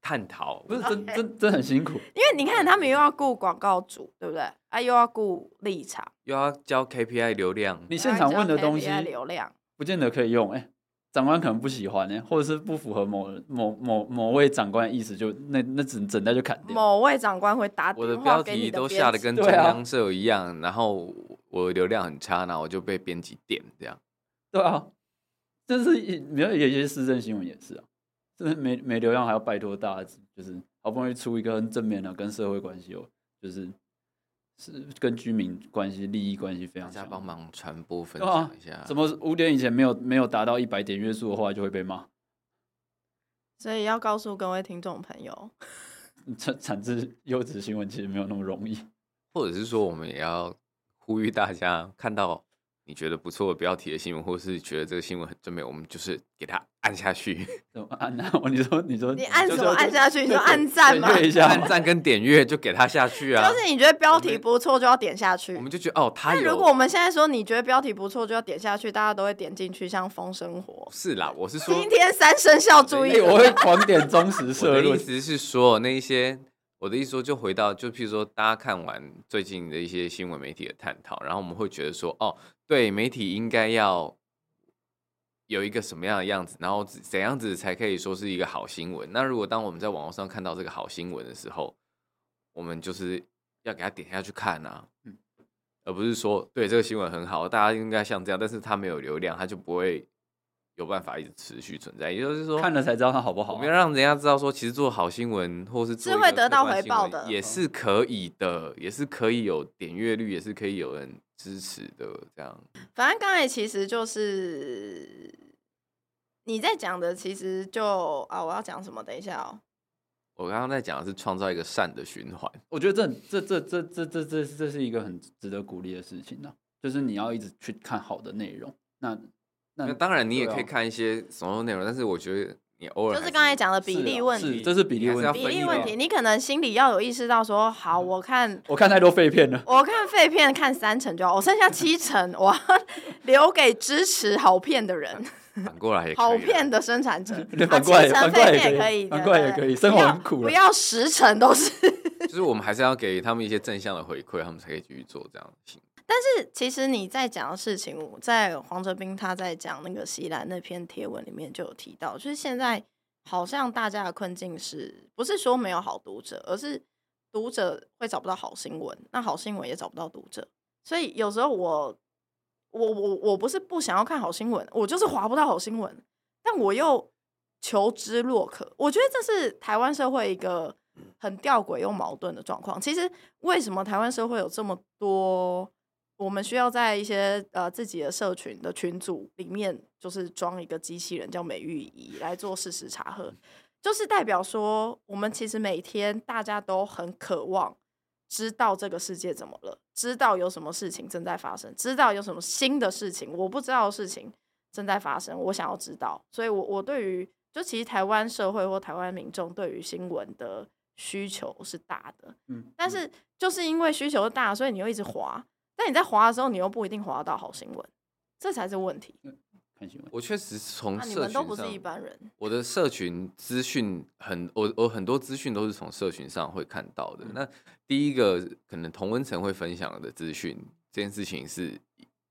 Speaker 3: 探讨，
Speaker 2: 不是真真真很辛苦，
Speaker 1: 因为你看他们又要顾广告主，对不对？啊，又要顾立场，
Speaker 3: 又要交 KPI 流量，
Speaker 2: 你现场问的东西
Speaker 1: 又要 KPI 流量，
Speaker 2: 不见得可以用哎、长官可能不喜欢哎、或者是不符合某某某某位长官的意思，就那那整整袋就砍掉。
Speaker 1: 某位长官会打
Speaker 3: 我的
Speaker 1: 电话
Speaker 3: 标
Speaker 1: 给你
Speaker 3: 题
Speaker 1: 的
Speaker 3: 都
Speaker 1: 编
Speaker 3: 下的
Speaker 1: 辑
Speaker 3: 跟
Speaker 2: 对
Speaker 3: 中
Speaker 2: 啊
Speaker 3: 央社一样，然后我流量很差，然后我就被编辑点这样。
Speaker 2: 对啊，就是也没有有些市政新闻也是啊，就是没没流量还要拜托大家，就是好不容易出一个很正面的、跟社会关系有，就是是跟居民关系、利益关系非
Speaker 3: 大
Speaker 2: 常
Speaker 3: 家
Speaker 2: 强。
Speaker 3: 帮忙传播分
Speaker 2: 对啊
Speaker 3: 享一下，
Speaker 2: 什么五点以前没有没有达到一百点约束的话，就会被骂， (laughs)
Speaker 1: 所以要告诉各位听众朋
Speaker 3: (laughs)
Speaker 1: 友，
Speaker 2: 产产制优质新闻其实没有那么容易。
Speaker 3: 或者是说我们也要呼吁大家，看到你觉得不错的标题的新闻，或是觉得这个新闻很正面，我们就是给它按
Speaker 1: (laughs)
Speaker 3: 下去，
Speaker 2: 怎么按啊？你说你说
Speaker 1: 你按
Speaker 2: 就
Speaker 1: 什
Speaker 2: 是
Speaker 1: 么
Speaker 2: 就
Speaker 1: 按下去？你就
Speaker 2: 对对
Speaker 1: 按赞吗？
Speaker 3: (laughs)
Speaker 2: 点阅一下嘛，
Speaker 3: 按赞跟点阅就给它下去啊
Speaker 1: 就。是你觉得标题
Speaker 3: 们
Speaker 1: 不错就要点下去
Speaker 3: 我。们就觉得哦，它
Speaker 1: 但
Speaker 3: 有
Speaker 1: 如果我们现在说你觉得标题不错就要点下去，大家都会点进去，像《风生活》。
Speaker 3: 是啦，我 (laughs) 是说
Speaker 1: 今天三生笑注意
Speaker 2: 哎，我会狂点忠实
Speaker 3: 我
Speaker 2: 社
Speaker 3: 的意
Speaker 2: 论，
Speaker 3: 思是说，那一些我的意思说，就回到就譬如说，大家看完最近的一些新闻媒体的探讨，然后我们会觉得说，哦，对，媒体应该要有一个什么样的样子，然后怎怎样子才可以说是一个好新闻？那如果当我们在网络上看到这个好新闻的时候，我们就是要给它点下去看啊。
Speaker 2: 嗯
Speaker 3: 而不是说对这个新闻很好，大家应该像这样，但是它没有流量，它就不会有办法一直持续存在。也就是说，
Speaker 2: 看了才知道它好不好
Speaker 3: 我
Speaker 2: 啊、
Speaker 3: 们要让人家知道说，其实做好新闻或是
Speaker 1: 哦
Speaker 3: 做
Speaker 1: 是
Speaker 3: 一
Speaker 1: 会
Speaker 3: 个
Speaker 1: 得
Speaker 3: 客
Speaker 1: 到
Speaker 3: 观
Speaker 1: 回
Speaker 3: 新
Speaker 1: 报
Speaker 3: 闻
Speaker 1: 的
Speaker 3: 也
Speaker 1: 嗯
Speaker 3: 是可以的，也是可以有点阅率，也是可以有人支持的。这样，
Speaker 1: 反正刚才其实就是你在讲的，其实就啊，我要讲什么？等一下哦，
Speaker 3: 我刚刚在讲的是创造一个善的循环。
Speaker 2: 我觉得这这这这这这这这是一个很值得鼓励的事情呢、就是你要一直去看好的内容。那那
Speaker 1: 嗯
Speaker 3: 那当然，你也
Speaker 2: 对
Speaker 3: 可以
Speaker 2: 啊
Speaker 3: 看一些什么内容，但是我觉得你偶尔
Speaker 1: 就是
Speaker 3: 还
Speaker 1: 刚才讲的比
Speaker 2: 是
Speaker 1: 例
Speaker 2: 啊
Speaker 1: 问
Speaker 2: 是
Speaker 1: 题，
Speaker 2: 这是比例
Speaker 3: 你还是
Speaker 2: 问
Speaker 3: 要
Speaker 2: 题，
Speaker 1: 比
Speaker 3: 分
Speaker 1: 例
Speaker 3: 一
Speaker 1: 问
Speaker 3: 个
Speaker 1: 题，你可能心里要有意识到说，好，
Speaker 2: 嗯
Speaker 1: 我看
Speaker 2: 我看太多废片了。
Speaker 1: 我看废片看三成就好，我剩下七成我
Speaker 2: (laughs)
Speaker 1: 要留给支持好片的人，
Speaker 3: 反过来也可以
Speaker 1: 好
Speaker 3: 啦
Speaker 1: 片的生产者
Speaker 2: (laughs) 对。
Speaker 1: 啊
Speaker 2: 反过来
Speaker 1: 七成
Speaker 2: 反过来
Speaker 1: 废
Speaker 2: 也
Speaker 1: 片
Speaker 2: 可
Speaker 1: 可
Speaker 2: 以
Speaker 1: 以，
Speaker 2: 反
Speaker 1: 对
Speaker 2: 过来
Speaker 1: 对
Speaker 2: 也
Speaker 1: 对
Speaker 2: 可以生
Speaker 1: 不
Speaker 2: 活
Speaker 1: 要
Speaker 2: 很苦
Speaker 1: 不
Speaker 2: 了
Speaker 1: 要十成都是。
Speaker 3: 就是我们还是要给他们一些正向的回馈，他们才可以继续做这样的行为。
Speaker 1: 是其实你在讲的事情，我在黄哲斌他在讲那个西兰那篇贴文里面就有提到，就是现在好像大家的困境是不是说没有好读者，而是读者会找不到好新闻，那好新闻也找不到读者，所以有时候我我我我不是不想要看好新闻，我就是划不到好新闻，但我又求知若渴。我觉得这是台湾社会一个很吊诡又矛盾的状况。其实为什么台湾社会有这么多？我们需要在一些呃自己的社群的群组里面，就是装一个机器人叫美玉仪来做事实查核，就是代表说，我们其实每天大家都很渴望知道这个世界怎么了，知道有什么事情正在发生，知道有什么新的事情我不知道的事情正在发生，我想要知道。所以我，我对于就其实台湾社会或台湾民众对于新闻的需求是大的，
Speaker 2: 嗯，
Speaker 1: 但是就是因为需求大，所以你又一直滑。但你在滑的时候，你又不一定滑到好新闻，这才是问题。
Speaker 2: 看新闻，
Speaker 3: 我确实从
Speaker 1: 那、啊你
Speaker 3: 社
Speaker 1: 们
Speaker 3: 群
Speaker 1: 都不是
Speaker 3: 上
Speaker 1: 一般人，
Speaker 3: 我的社群资讯很，我我很多资讯都是从社群上会看到的。那第一个可能同温层会分享的资讯这件事情是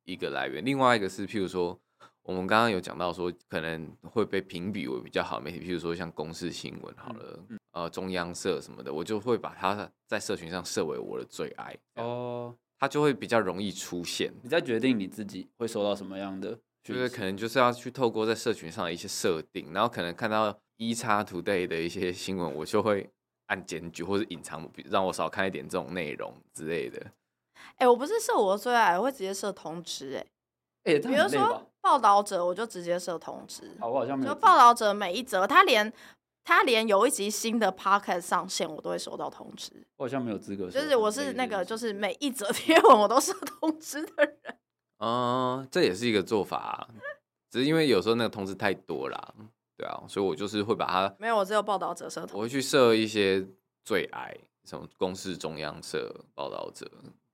Speaker 3: 一个来源，另外一个是譬如说我们刚刚有讲到说可能会被评比为比较好的媒体，譬如说像公视新闻好了，呃中央社什么的，我就会把它在社群上设为我的最爱，
Speaker 2: 哦，
Speaker 3: 它就会比较容易出现。
Speaker 2: 你在决定你自己会收到什么样的
Speaker 3: 就
Speaker 2: 讯息，
Speaker 3: 是可能就是要去透过在社群上的一些设定，然后可能看到一叉 today 的一些新闻，我就会按检举或者隐藏，比让我少看一点这种内容之类的。
Speaker 1: 哎、我不是设我的最爱，我会直接设通知、欸。
Speaker 2: 哎、这
Speaker 1: 哎，比
Speaker 2: 样
Speaker 1: 如
Speaker 2: 很累吧
Speaker 1: 说报道者，我就直接设通知。
Speaker 2: 啊，我好像没有
Speaker 1: 就报道者每一则，他连他连有一集新的 podcast 上线，我都会收到通知。
Speaker 2: 我好像没有资格说
Speaker 1: 就
Speaker 2: 这件事情，
Speaker 1: 是我是那个，就是每一则贴文我都 (laughs) 设通知的人。
Speaker 3: 嗯，这也是一个做法、啊，只是因为有时候那个通知太多啦，对啊，所以我就是会把它，
Speaker 1: 没有，我只有报道者设通
Speaker 3: 我会去设一些最爱，什么公视中央社、报道者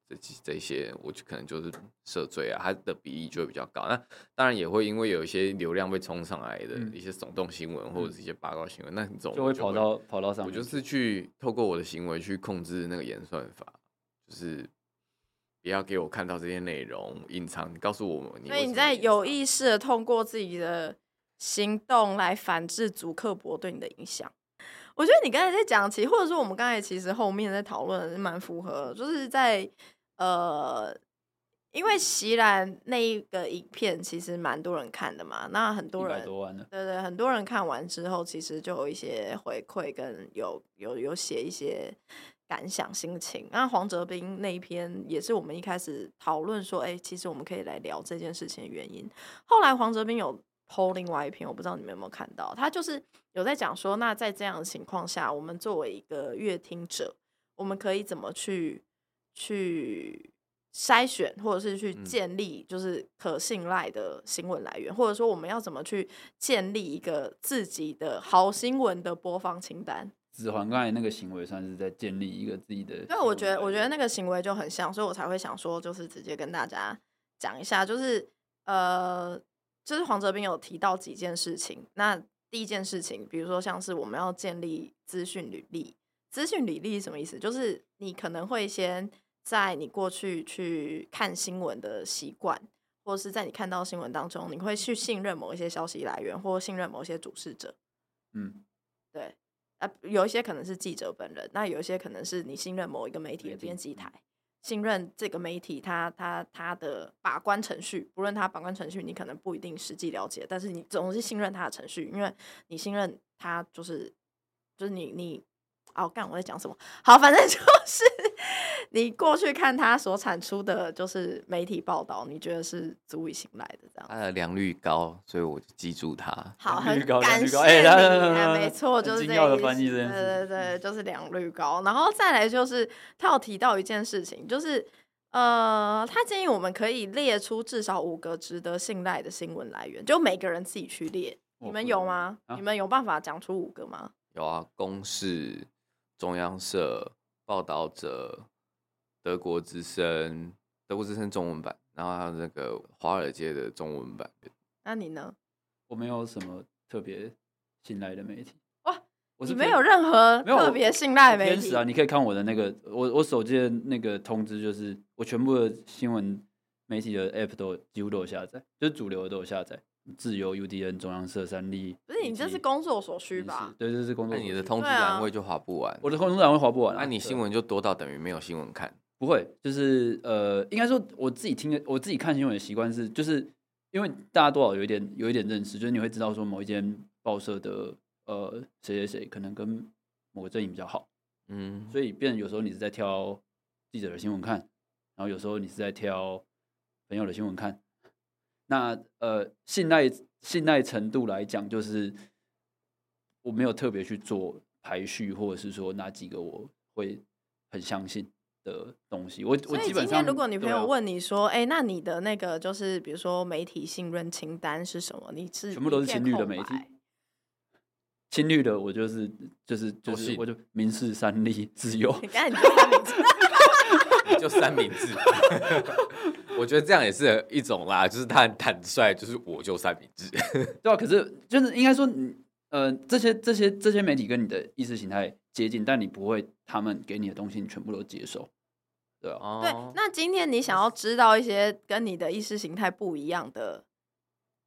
Speaker 3: 这几这些，我就可能就是设最啊，它的比例就会比较高。那当然也会因为有一些流量被冲上来的
Speaker 2: 嗯
Speaker 3: 一些耸动新闻或者是一些八卦新闻，那你总
Speaker 2: 就会跑到跑到上
Speaker 3: 我
Speaker 2: 面去，
Speaker 3: 就是去透过我的行为去控制那个演算法，就是不要给我看到这些内容，隐藏，你告诉我你
Speaker 1: 所
Speaker 3: 为什
Speaker 1: 以
Speaker 3: 么
Speaker 1: 你在
Speaker 3: 隐
Speaker 1: 有
Speaker 3: 藏
Speaker 1: 意识的通过自己的行动来反制祖克伯对你的影响。我觉得你刚才在讲，其实或者说我们刚才其实后面在讨论是蛮符合，就是在呃，因为席兰那一个影片其实蛮多人看的嘛，那很多
Speaker 2: 一
Speaker 1: 人
Speaker 2: 百多万了，
Speaker 1: 对对，很多人看完之后，其实就有一些回馈，跟有有有写一些感想、心情。那黄哲斌那一篇也是我们一开始讨论说，哎，其实我们可以来聊这件事情的原因。后来黄哲斌有 PO 另外一篇，我不知道你们有没有看到，他就是有在讲说，那在这样的情况下，我们作为一个乐听者，我们可以怎么去去筛选，或者是去
Speaker 3: 嗯
Speaker 1: 建立就是可信赖的新闻来源，或者说我们要怎么去建立一个自己的好新闻的播放清单？
Speaker 2: 子桓刚才那个行为算是在建立一个自己的，
Speaker 1: 对，我觉得我觉得那个行为就很像，所以我才会想说，就是直接跟大家讲一下，就是呃，就是黄哲斌有提到几件事情。那第一件事情，比如说像是我们要建立资讯履历，资讯履历是什么意思？就是你可能会先在你过去去看新闻的习惯，或是在你看到新闻当中，你会去信任某一些消息来源，或信任某一些主事者。
Speaker 2: 嗯，
Speaker 1: 对，呃啊，有一些可能是记者本人，那有一些可能是你信任某一个媒体的编辑台。信任这个媒体它它它的把关程序，不论它把关程序，你可能不一定实际了解，但是你总是信任它的程序，因为你信任它就是就是你你哦，干我在讲什么？好，反正就是 (laughs) 你过去看它所产出的，就是媒体报道，你觉得是足以信赖的这样。
Speaker 3: 他的良率高，所以我就记住他。
Speaker 1: 好，
Speaker 2: 良率
Speaker 1: 很
Speaker 2: 高良
Speaker 1: 感
Speaker 2: 率
Speaker 1: 谢
Speaker 2: 高哎
Speaker 1: 你，
Speaker 2: 来来来
Speaker 1: 哎
Speaker 2: 来
Speaker 1: 没
Speaker 2: 来
Speaker 1: 错，就是
Speaker 2: 很
Speaker 1: 这
Speaker 2: 精要
Speaker 1: 个
Speaker 2: 的
Speaker 1: 意
Speaker 2: 翻译
Speaker 1: 思
Speaker 2: 这件事
Speaker 1: 对
Speaker 2: 嗯
Speaker 1: 对对，就是良率高。然后再来就是他有提到一件事情，就是呃，他建议我们可以列出至少五个值得信赖的新闻来源，就每个人自己去列。
Speaker 2: 我
Speaker 1: 你们
Speaker 2: 不
Speaker 1: 有
Speaker 2: 能
Speaker 1: 吗？
Speaker 2: 啊
Speaker 1: 你们有办法讲出五个吗？
Speaker 3: 有啊，公视、中央社、报道者、德国之声、德国之声中文版，然后还有那个华尔街的中文版。
Speaker 1: 那你呢？
Speaker 2: 我没有什么特别信赖的媒体。
Speaker 1: 哇，
Speaker 2: 我是
Speaker 1: 你没
Speaker 2: 偏
Speaker 1: 有任何
Speaker 2: 没有
Speaker 1: 特
Speaker 2: 我
Speaker 1: 别信赖
Speaker 2: 我
Speaker 1: 媒
Speaker 2: 天使
Speaker 1: 体
Speaker 2: 啊！你可以看我的那个，我我手机的那个通知，就是我全部的新闻媒体的 app 都有几乎都有下载，就是主流的都有下载，自由、UDN、中央社、三立。
Speaker 1: 不是
Speaker 2: 以
Speaker 1: 你这
Speaker 2: 及
Speaker 1: 是工作所需
Speaker 2: 民
Speaker 1: 吧
Speaker 2: 视？对，这是工作
Speaker 3: 那
Speaker 2: 所需。
Speaker 3: 你的通知
Speaker 1: 对啊
Speaker 3: 栏位就划不完，
Speaker 2: 我的工作栏会划不完、啊。
Speaker 3: 那你
Speaker 2: 对
Speaker 3: 新闻就多到等于没有新闻看。
Speaker 2: 不会，就是呃，应该说我自己听的，我自己看新闻的习惯是，就是因为大家多少有一点有一点认识，就是你会知道说某一间报社的呃谁谁谁可能跟某个阵营比较好，
Speaker 3: 嗯，
Speaker 2: 所以变成有时候你是在挑记者的新闻看，然后有时候你是在挑朋友的新闻看。那呃，信赖信赖程度来讲，就是我没有特别去做排序，或者是说哪几个我会很相信的东西。我我
Speaker 1: 所以
Speaker 2: 基
Speaker 1: 今
Speaker 2: 本
Speaker 1: 天
Speaker 2: 上，
Speaker 1: 如果女朋
Speaker 2: 对啊
Speaker 1: 友问你说：“哎、那你的那个就是比如说媒体信任清单是什么？”你是
Speaker 2: 全部都
Speaker 1: 一
Speaker 2: 是
Speaker 1: 片
Speaker 2: 情侣的
Speaker 1: 空
Speaker 2: 媒体
Speaker 1: 白
Speaker 2: 亲绿的，我就是就是就
Speaker 3: 都
Speaker 2: 是
Speaker 3: 信
Speaker 2: 我就民事三立自
Speaker 1: (laughs)
Speaker 2: 由，
Speaker 1: 你看你就三明治，
Speaker 2: (laughs)
Speaker 3: 就三明治。 (laughs) 我觉得这样也是一种啦，就是他很坦率，就是我就三明治。
Speaker 2: 对啊，可是就是应该说，你呃，这些这些这些媒体跟你的意识形态接近，但你不会他们给你的东西你全部都接受，对啊，
Speaker 1: 对，那今天你想要知道一些跟你的意识形态不一样的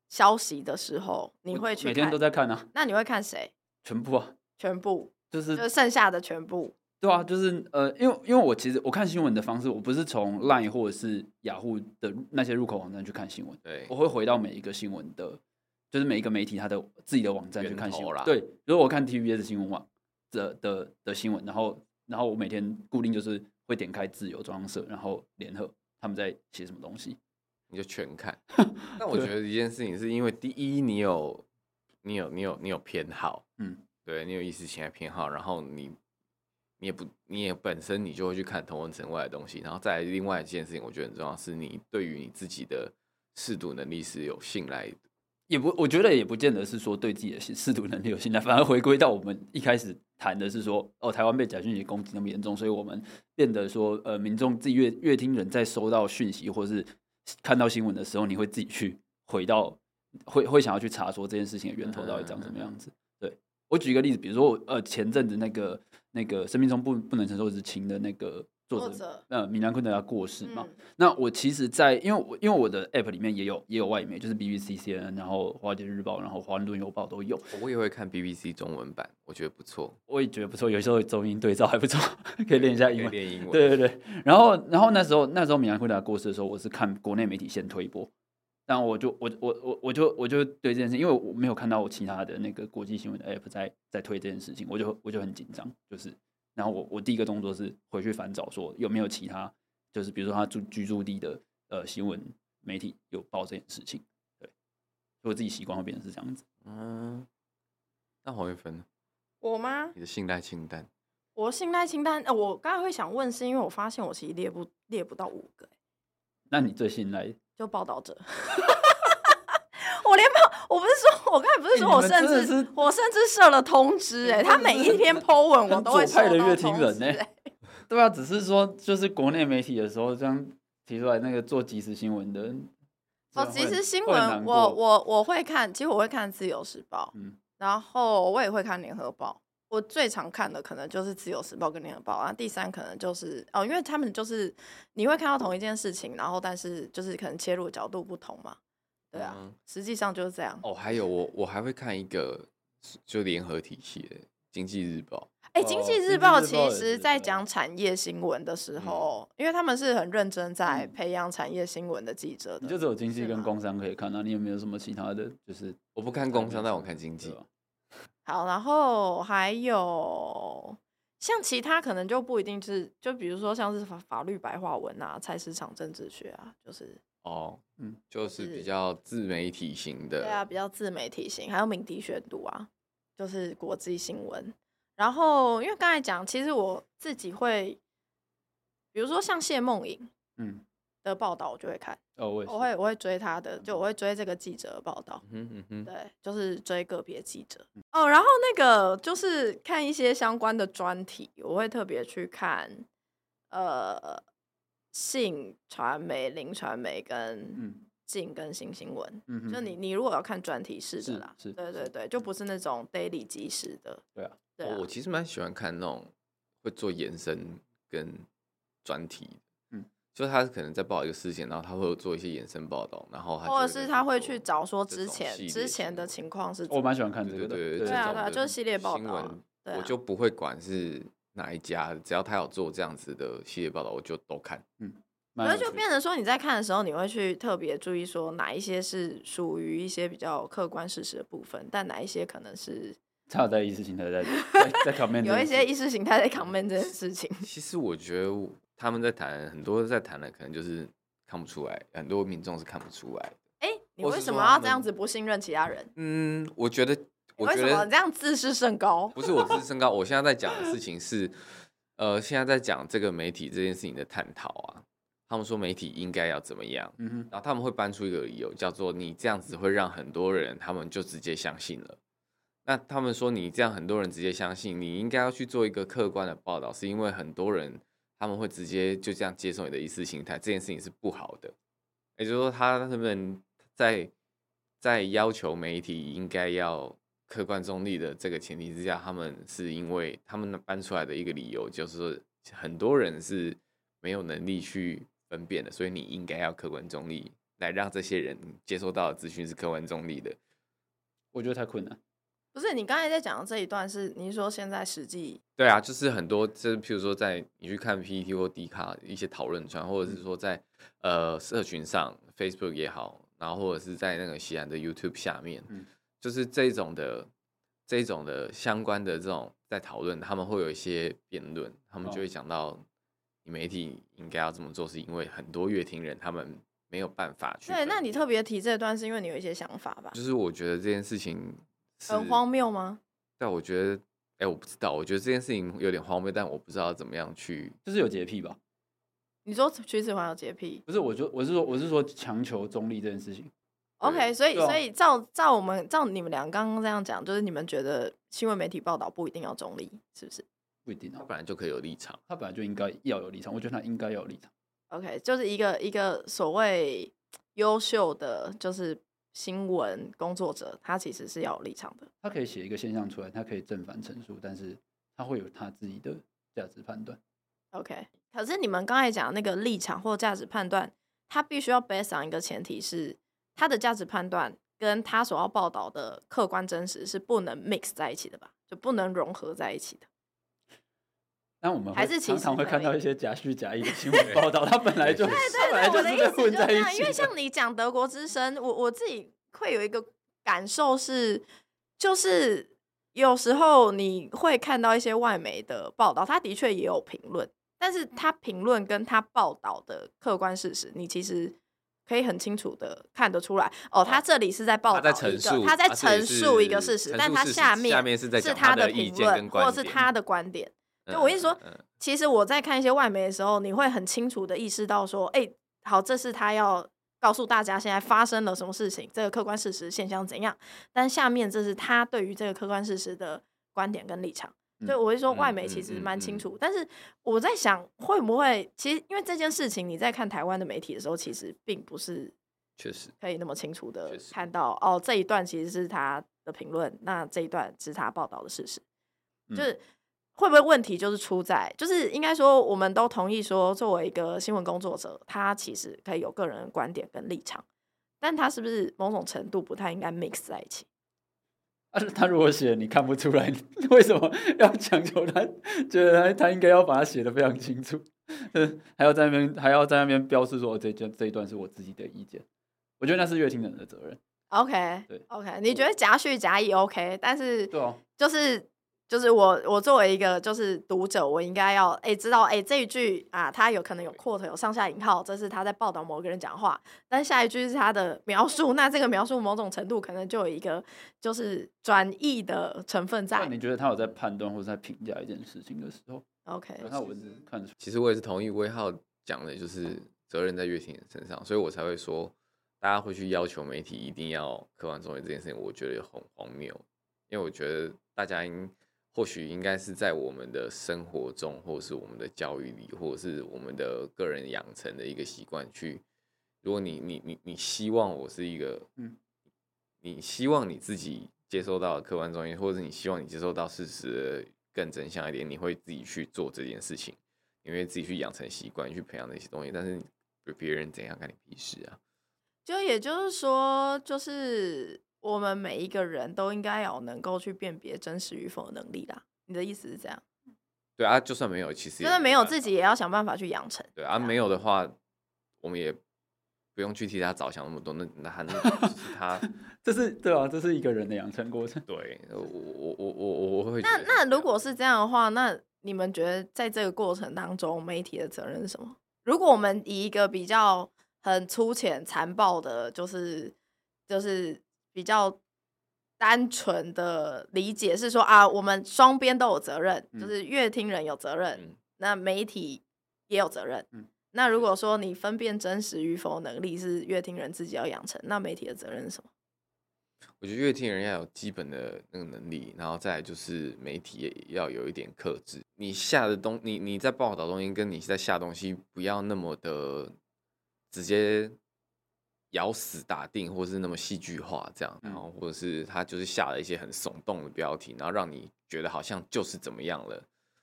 Speaker 1: 消息的时候，你
Speaker 2: 我
Speaker 1: 会去
Speaker 2: 每天
Speaker 1: 看
Speaker 2: 都？在看啊，
Speaker 1: 那你会看谁？
Speaker 2: 全部啊，
Speaker 1: 全部，
Speaker 2: 就是
Speaker 1: 就是剩下的全部。
Speaker 2: 对啊，就是呃，因为因为我其实我看新闻的方式，我不是从 Line 或者是雅虎的那些入口网站去看新闻，
Speaker 3: 对
Speaker 2: 我会回到每一个新闻的，就是每一个媒体它的自己的网站去
Speaker 3: 源
Speaker 2: 看新
Speaker 3: 头
Speaker 2: 闻
Speaker 3: 啦
Speaker 2: 对，如果我看 TVS 新闻网的的的新闻，然后然后我每天固定就是会点开自由中央社，然后联合他们在写什么东西。
Speaker 3: 你就全
Speaker 2: (laughs)
Speaker 3: 看。但我觉得一件事情是因为第一，你有你有你有你有偏好，
Speaker 2: 嗯，
Speaker 3: 对你有意识形态偏好，然后你你也不你也本身你就会去看同文层外的东西，然后再来另外一件事情，我觉得很重要是你对于你自己的适度能力是有信赖的。
Speaker 2: 也不，我觉得也不见得是说对自己的试读能力有信赖，反而回归到我们一开始谈的是说，哦，台湾被假讯息攻击那么严重，所以我们变得说，呃，民众自己乐乐听人在收到讯息或是看到新闻的时候，你会自己去回到，会会想要去查说这件事情的源头到底长什么
Speaker 1: 嗯
Speaker 2: 样子。对我举一个例子，比如说我呃前阵子那个那个生命中不不能承受之轻的那个作
Speaker 1: 作者
Speaker 2: 者，呃，米兰昆德拉过世嘛，
Speaker 1: 嗯，
Speaker 2: 那我其实在，因为我因为我的 app 里面也有也有外媒，就是 BBC、CNN，然后《华尔街日报》，然后《华盛顿邮报》都有。
Speaker 3: 我也会看 BBC 中文版，我觉得不错，
Speaker 2: 我也觉得不错，有时候中英对照还不错， (laughs) 可以练一下
Speaker 3: 可以
Speaker 2: 英文。
Speaker 3: 练英文。
Speaker 2: 对对对，然后然后那时候那时候米兰昆德拉过世的时候，我是看国内媒体先推播，但我就我我我我就我就对这件事，因为我没有看到我其他的那个国际新闻的 app 在在推这件事情，我就我就很紧张，就是然后我我第一个动作是回去翻找说有没有其他，就是比如说他住居住地的呃新闻媒体有报这件事情，对，所以我自己习惯会变成是这样子。
Speaker 3: 嗯，那黄玉芬呢，
Speaker 1: 我吗？
Speaker 3: 你的信赖清单，
Speaker 1: 我信赖清单，呃，我刚才会想问，是因为我发现我其实列不列不到五个、
Speaker 2: 那你最信赖？
Speaker 1: 就报道者。 (laughs) 我连报，我不是说，我刚才不是
Speaker 2: 哎
Speaker 1: 说
Speaker 2: 你
Speaker 1: 我
Speaker 2: 们
Speaker 1: 甚
Speaker 2: 真的
Speaker 1: 至
Speaker 2: 是
Speaker 1: 我甚至设了通知、哎，
Speaker 2: 你们
Speaker 1: 他
Speaker 2: 真的
Speaker 1: 每
Speaker 2: 是
Speaker 1: 一篇 po 文我
Speaker 2: 很
Speaker 1: 都会
Speaker 2: 左派
Speaker 1: 收
Speaker 2: 的
Speaker 1: 到
Speaker 2: 乐听
Speaker 1: 通
Speaker 2: 人
Speaker 1: 知
Speaker 2: 呢
Speaker 1: 哎
Speaker 2: 对啊，只是说就是国内媒体的时候这样提出来那个做即时新闻的。
Speaker 1: 哦，
Speaker 2: 这
Speaker 1: 即
Speaker 2: 样会
Speaker 1: 时新
Speaker 2: 会很难
Speaker 1: 闻，我
Speaker 2: 过
Speaker 1: 我我会看，其实我会看《自由时报》，
Speaker 2: 嗯
Speaker 1: 然后我也会看《联合报》。我最常看的可能就是《自由时报》跟《联合报》啊，第三可能就是哦，因为他们就是你会看到同一件事情，然后但是就是可能切入的角度不同嘛，对啊，
Speaker 3: 嗯
Speaker 1: 实际上就是这样。
Speaker 3: 哦，还有我我还会看一个是就联合体系的《经济日报》，
Speaker 1: 哎，
Speaker 2: 哦
Speaker 1: 经济
Speaker 2: 经
Speaker 1: 日
Speaker 2: 济
Speaker 1: 报》
Speaker 2: 日
Speaker 1: 其
Speaker 2: 报也
Speaker 1: 实
Speaker 2: 是嗯
Speaker 1: 在
Speaker 2: 对
Speaker 1: 讲产业新闻的时候，因为他们是很认真在培养产业新闻的记者
Speaker 2: 嗯你就
Speaker 1: 的。
Speaker 2: 只有经济
Speaker 1: 是
Speaker 2: 跟
Speaker 1: 吗
Speaker 2: 工商可以看，啊那你有没有什么其他的？就是
Speaker 3: 我不
Speaker 1: 哦
Speaker 3: 看工商，但我看经济
Speaker 2: 对。吧
Speaker 1: 好，然后还有像其他可能就不一定是，就比如说像是法法律白话文啊、菜市场政治学啊，就是
Speaker 3: 哦，
Speaker 2: 嗯
Speaker 3: 嗯，就是
Speaker 1: 是
Speaker 3: 比较自媒体型的。
Speaker 1: 对啊，比较自媒体型，还有敏迪选读啊，就是国际新闻。然后因为刚才讲，其实我自己会，比如说像谢梦颖
Speaker 2: 嗯，
Speaker 1: 的报道，我就会看。
Speaker 2: 哦，我也
Speaker 1: 我
Speaker 2: 是，
Speaker 1: 会我会追他的，就我会追这个记者的报道，
Speaker 3: 嗯哼嗯哼，
Speaker 1: 对，就是追个别记者。哦，然后那个就是看一些相关的专题，我会特别去看，呃，性传媒、零传媒跟
Speaker 2: 嗯
Speaker 1: 性跟新新闻。
Speaker 2: 嗯哼，
Speaker 1: 就你你如果要看专题式的
Speaker 2: 是
Speaker 1: 啦，
Speaker 2: 是
Speaker 1: 对对
Speaker 2: 是
Speaker 1: 对，就不是那种 daily 即时的，
Speaker 2: 对啊，
Speaker 1: 对
Speaker 3: 哦
Speaker 1: 啊
Speaker 3: 我其实蛮喜欢看那种会做延伸跟专题的。
Speaker 2: 嗯
Speaker 3: 就他可能在报一个事件，然后他会有做一些延伸报道，然后他
Speaker 1: 或者
Speaker 3: 就会
Speaker 1: 是
Speaker 3: 再
Speaker 1: 他会
Speaker 3: 做
Speaker 1: 去找说
Speaker 3: 这
Speaker 1: 之
Speaker 3: 种
Speaker 1: 前
Speaker 3: 系列
Speaker 1: 之前的
Speaker 3: 新
Speaker 1: 情况是怎
Speaker 2: 我
Speaker 1: 么
Speaker 2: 蛮喜欢看这
Speaker 3: 对
Speaker 2: 个的，
Speaker 3: 对
Speaker 1: 对啊
Speaker 3: 这
Speaker 1: 对啊
Speaker 3: 种
Speaker 1: 就是
Speaker 3: 的
Speaker 1: 系列报
Speaker 3: 新
Speaker 1: 道啊
Speaker 3: 闻
Speaker 1: 对啊
Speaker 3: 我就不会管是哪一家，只要他有做这样子的系列报道，我就都看。
Speaker 2: 蛮
Speaker 1: 可
Speaker 2: 有
Speaker 1: 是就
Speaker 2: 趣
Speaker 1: 变成说，你在看的时候，你会去特别注意说哪一些是属于一些比较客观事实的部分，但哪一些可能是
Speaker 2: 差在意识形态
Speaker 1: (laughs)
Speaker 2: 在在在 comment
Speaker 1: 有一
Speaker 2: 这件
Speaker 1: 些
Speaker 2: 事
Speaker 1: 意识形态在 comment 这件事情。
Speaker 3: 其实我觉得我他们在谈很多在谈的，可能就是看不出来，很多民众是看不出来。
Speaker 1: 哎、你
Speaker 3: 或是
Speaker 1: 为什
Speaker 3: 说
Speaker 1: 么
Speaker 3: 他
Speaker 1: 要这
Speaker 3: 们
Speaker 1: 样子不信任其他人？
Speaker 3: 嗯，我觉得，我
Speaker 1: 为
Speaker 3: 觉
Speaker 1: 什么你这
Speaker 3: 得
Speaker 1: 样自视甚高？
Speaker 3: 不是我自身高，我现在在讲的事情是，呃，现在在讲这个媒体这件事情的探讨啊。他们说媒体应该要怎么样，
Speaker 2: 嗯哼，
Speaker 3: 然后他们会搬出一个理由，叫做你这样子会让很多人他们就直接相信了。那他们说你这样很多人直接相信，你应该要去做一个客观的报道，是因为很多人他们会直接就这样接受你的意识形态，这件事情是不好的。也就是说，他们在在要求媒体应该要客观中立的这个前提之下，他们是因为他们搬出来的一个理由就是说很多人是没有能力去分辨的，所以你应该要客观中立，来让这些人接收到的资讯是客观中立的。
Speaker 2: 我觉得太困难，
Speaker 1: 不是你刚才在讲的这一段是，你是说现在实际
Speaker 3: 对啊，就是很多，就是譬如说，在你去看 PPT 或 D 卡一些讨论串，
Speaker 2: 嗯
Speaker 3: 或者是说在呃社群上，Facebook 也好，然后或者是在那个西安的 YouTube 下面，
Speaker 2: 嗯
Speaker 3: 就是这种的、这种的相关的这种在讨论，他们会有一些辩论，他们就
Speaker 2: 哦
Speaker 3: 会讲到你媒体应该要这么做，是因为很多乐听人他们没有办法去分
Speaker 1: 对？
Speaker 3: 辨。
Speaker 1: 那你特别提这段是因为你有一些想法吧？
Speaker 3: 就是我觉得这件事情是
Speaker 1: 很荒谬吗？
Speaker 3: 但我觉得，哎、我不知道，我觉得这件事情有点荒谬，但我不知道怎么样去。
Speaker 2: 就是有洁癖吧？
Speaker 1: 你说徐子华有洁癖
Speaker 2: 不是，我就我是说我是说强求中立这件事情，
Speaker 1: ？OK，所以、
Speaker 2: 对啊
Speaker 1: 所以照照我们照你们俩刚刚这样讲，就是你们觉得新闻媒体报道不一定要中立，是不是？
Speaker 2: 不一定
Speaker 3: 他
Speaker 2: 啊，
Speaker 3: 本来就可以有立场，
Speaker 2: 他本来就应该要有立场，我觉得他应该要有立场，
Speaker 1: OK，就是一个一个所谓优秀的就是新闻工作者，他其实是要有立场的。
Speaker 2: 他可以写一个现象出来，他可以正反陈述，但是他会有他自己的价值判断。
Speaker 1: OK，可是你们刚才讲的那个立场或价值判断，他必须要 based on 一个前提是他的价值判断跟他所要报道的客观真实是不能 mix 在一起的吧？就不能融合在一起的。
Speaker 2: 但我们会
Speaker 1: 还是其
Speaker 2: 常常
Speaker 1: 实
Speaker 2: 会
Speaker 1: 可
Speaker 2: 看到
Speaker 1: 以
Speaker 2: 一些假虚假意的新闻报道，他本来就
Speaker 3: 对
Speaker 2: 他本来
Speaker 1: 我
Speaker 2: 就
Speaker 1: 的
Speaker 2: 是
Speaker 1: 意
Speaker 2: 在
Speaker 1: 思就
Speaker 2: 混
Speaker 1: 是
Speaker 2: 在
Speaker 1: 这
Speaker 2: 一
Speaker 1: 样，
Speaker 2: 起
Speaker 1: 因为
Speaker 2: 的。
Speaker 1: 像你讲德国之声，我我自己会有一个感受是，就是有时候你会看到一些外媒的报道，它的确也有评论，但是它评论跟它报道的客观事实，你其实。可以很清楚的看得出来，哦，他这里是在报
Speaker 3: 他
Speaker 1: 道
Speaker 3: 在
Speaker 1: 一
Speaker 3: 陈
Speaker 1: 个
Speaker 3: 述，
Speaker 1: 他在
Speaker 3: 这里
Speaker 1: 陈述一个事实，
Speaker 3: 陈
Speaker 1: 但
Speaker 3: 述
Speaker 1: 他
Speaker 3: 事实
Speaker 1: 下面
Speaker 3: 下面是在讲
Speaker 1: 他
Speaker 3: 的意
Speaker 1: 评
Speaker 3: 见
Speaker 1: 论
Speaker 3: 跟观
Speaker 1: 或
Speaker 3: 点，
Speaker 1: 是他的观点，
Speaker 3: 嗯，
Speaker 1: 就我意思说
Speaker 3: 嗯嗯
Speaker 1: 其实我在看一些外媒的时候，你会很清楚的意识到说，哎、好，这是他要告诉大家现在发生了什么事情，这个客观事实现象怎样。但下面这是他对于这个客观事实的观点跟立场。
Speaker 2: 嗯
Speaker 1: 所以我会说，外媒
Speaker 3: 嗯
Speaker 1: 其实
Speaker 3: 嗯
Speaker 1: 蛮
Speaker 3: 嗯
Speaker 1: 清
Speaker 3: 嗯
Speaker 1: 楚，但是我在想，会不会其实因为这件事情，你在看台湾的媒体的时候，其实并不是
Speaker 3: 确实，
Speaker 1: 可以那么清楚的
Speaker 3: 确实
Speaker 1: 看到哦，这一段其实是他的评论，那这一段是他报道的事实，
Speaker 2: 嗯
Speaker 1: 就是会不会问题就是出在，就是应该说我们都同意说，作为一个新闻工作者，他其实可以有个人的观点跟立场，但他是不是某种程度不太应该 mix 在一起？
Speaker 2: 啊，他如果写你看不出来，你为什么要强求他？觉得他他应该要把它写的非常清楚，嗯，还要在那边还要在那边标示说这这这一段是我自己的意见，我觉得那是乐听人的责任。
Speaker 1: OK，
Speaker 2: 对
Speaker 1: o k 你觉得夹叙夹议 OK，但是
Speaker 2: 对啊，
Speaker 1: 就是就是我我作为一个就是读者，我应该要哎、知道哎、这一句啊，他有可能有 quote 有上下引号，这是他在报道某个人讲话，但下一句是他的描述，那这个描述某种程度可能就有一个就是转译的成分
Speaker 2: 那
Speaker 1: 在。
Speaker 2: 啊你觉得他有在判断或者在评价一件事情的时候，
Speaker 1: OK，
Speaker 2: 他文字看得出
Speaker 3: 其实我也是同意威浩讲的，就是责任在乐听人身上，所以我才会说，大家会去要求媒体一定要客观中立这件事情，我觉得很荒谬，因为我觉得大家应或许应该是在我们的生活中，或是我们的教育里，或者是我们的个人养成的一个习惯去。如果你你你你希望我是一个，
Speaker 2: 嗯，
Speaker 3: 你希望你自己接收到的客观中立，或者是你希望你接收到事实的更真相一点，你会自己去做这件事情。因为自己去养成习惯，去培养那些东西，但是别别人怎样干你屁事啊？
Speaker 1: 就也就是说，就是我们每一个人都应该要能够去辨别真实与否的能力啦。你的意思是这样？
Speaker 3: 对啊，就算没有，其实也
Speaker 1: 真的没有
Speaker 3: 办法
Speaker 1: 自己也要想办法去养成。
Speaker 3: 啊对啊，没有的话，我们也不用去替他着想那么多。那那他那就是
Speaker 1: (laughs)
Speaker 3: 他
Speaker 2: 这是对啊，这是一个人的养成过程。 (laughs)
Speaker 3: 对我我我我我我会觉
Speaker 1: 那
Speaker 3: 得
Speaker 1: 那如果是这样的话，那你们觉得在这个过程当中，媒体的责任是什么？如果我们以一个比较很粗浅、残暴的，就是就是比较单纯的理解是说啊，我们双边都有责任，
Speaker 2: 嗯
Speaker 1: 就是乐听人有责任，
Speaker 3: 嗯
Speaker 1: 那媒体也有责任。
Speaker 2: 嗯
Speaker 1: 那如果说你分辨真实与否能力是乐听人自己要养成，那媒体的责任是什么？
Speaker 3: 我觉得乐听人要有基本的那个能力，然后再来就是媒体也要有一点克制。你下的东，你你在报道东西，跟你在下东西，不要那么的直接咬死打定，或是那么戏剧化这样。
Speaker 2: 嗯
Speaker 3: 然后或者是他就是下了一些很耸动的标题，然后让你觉得好像就是怎么样了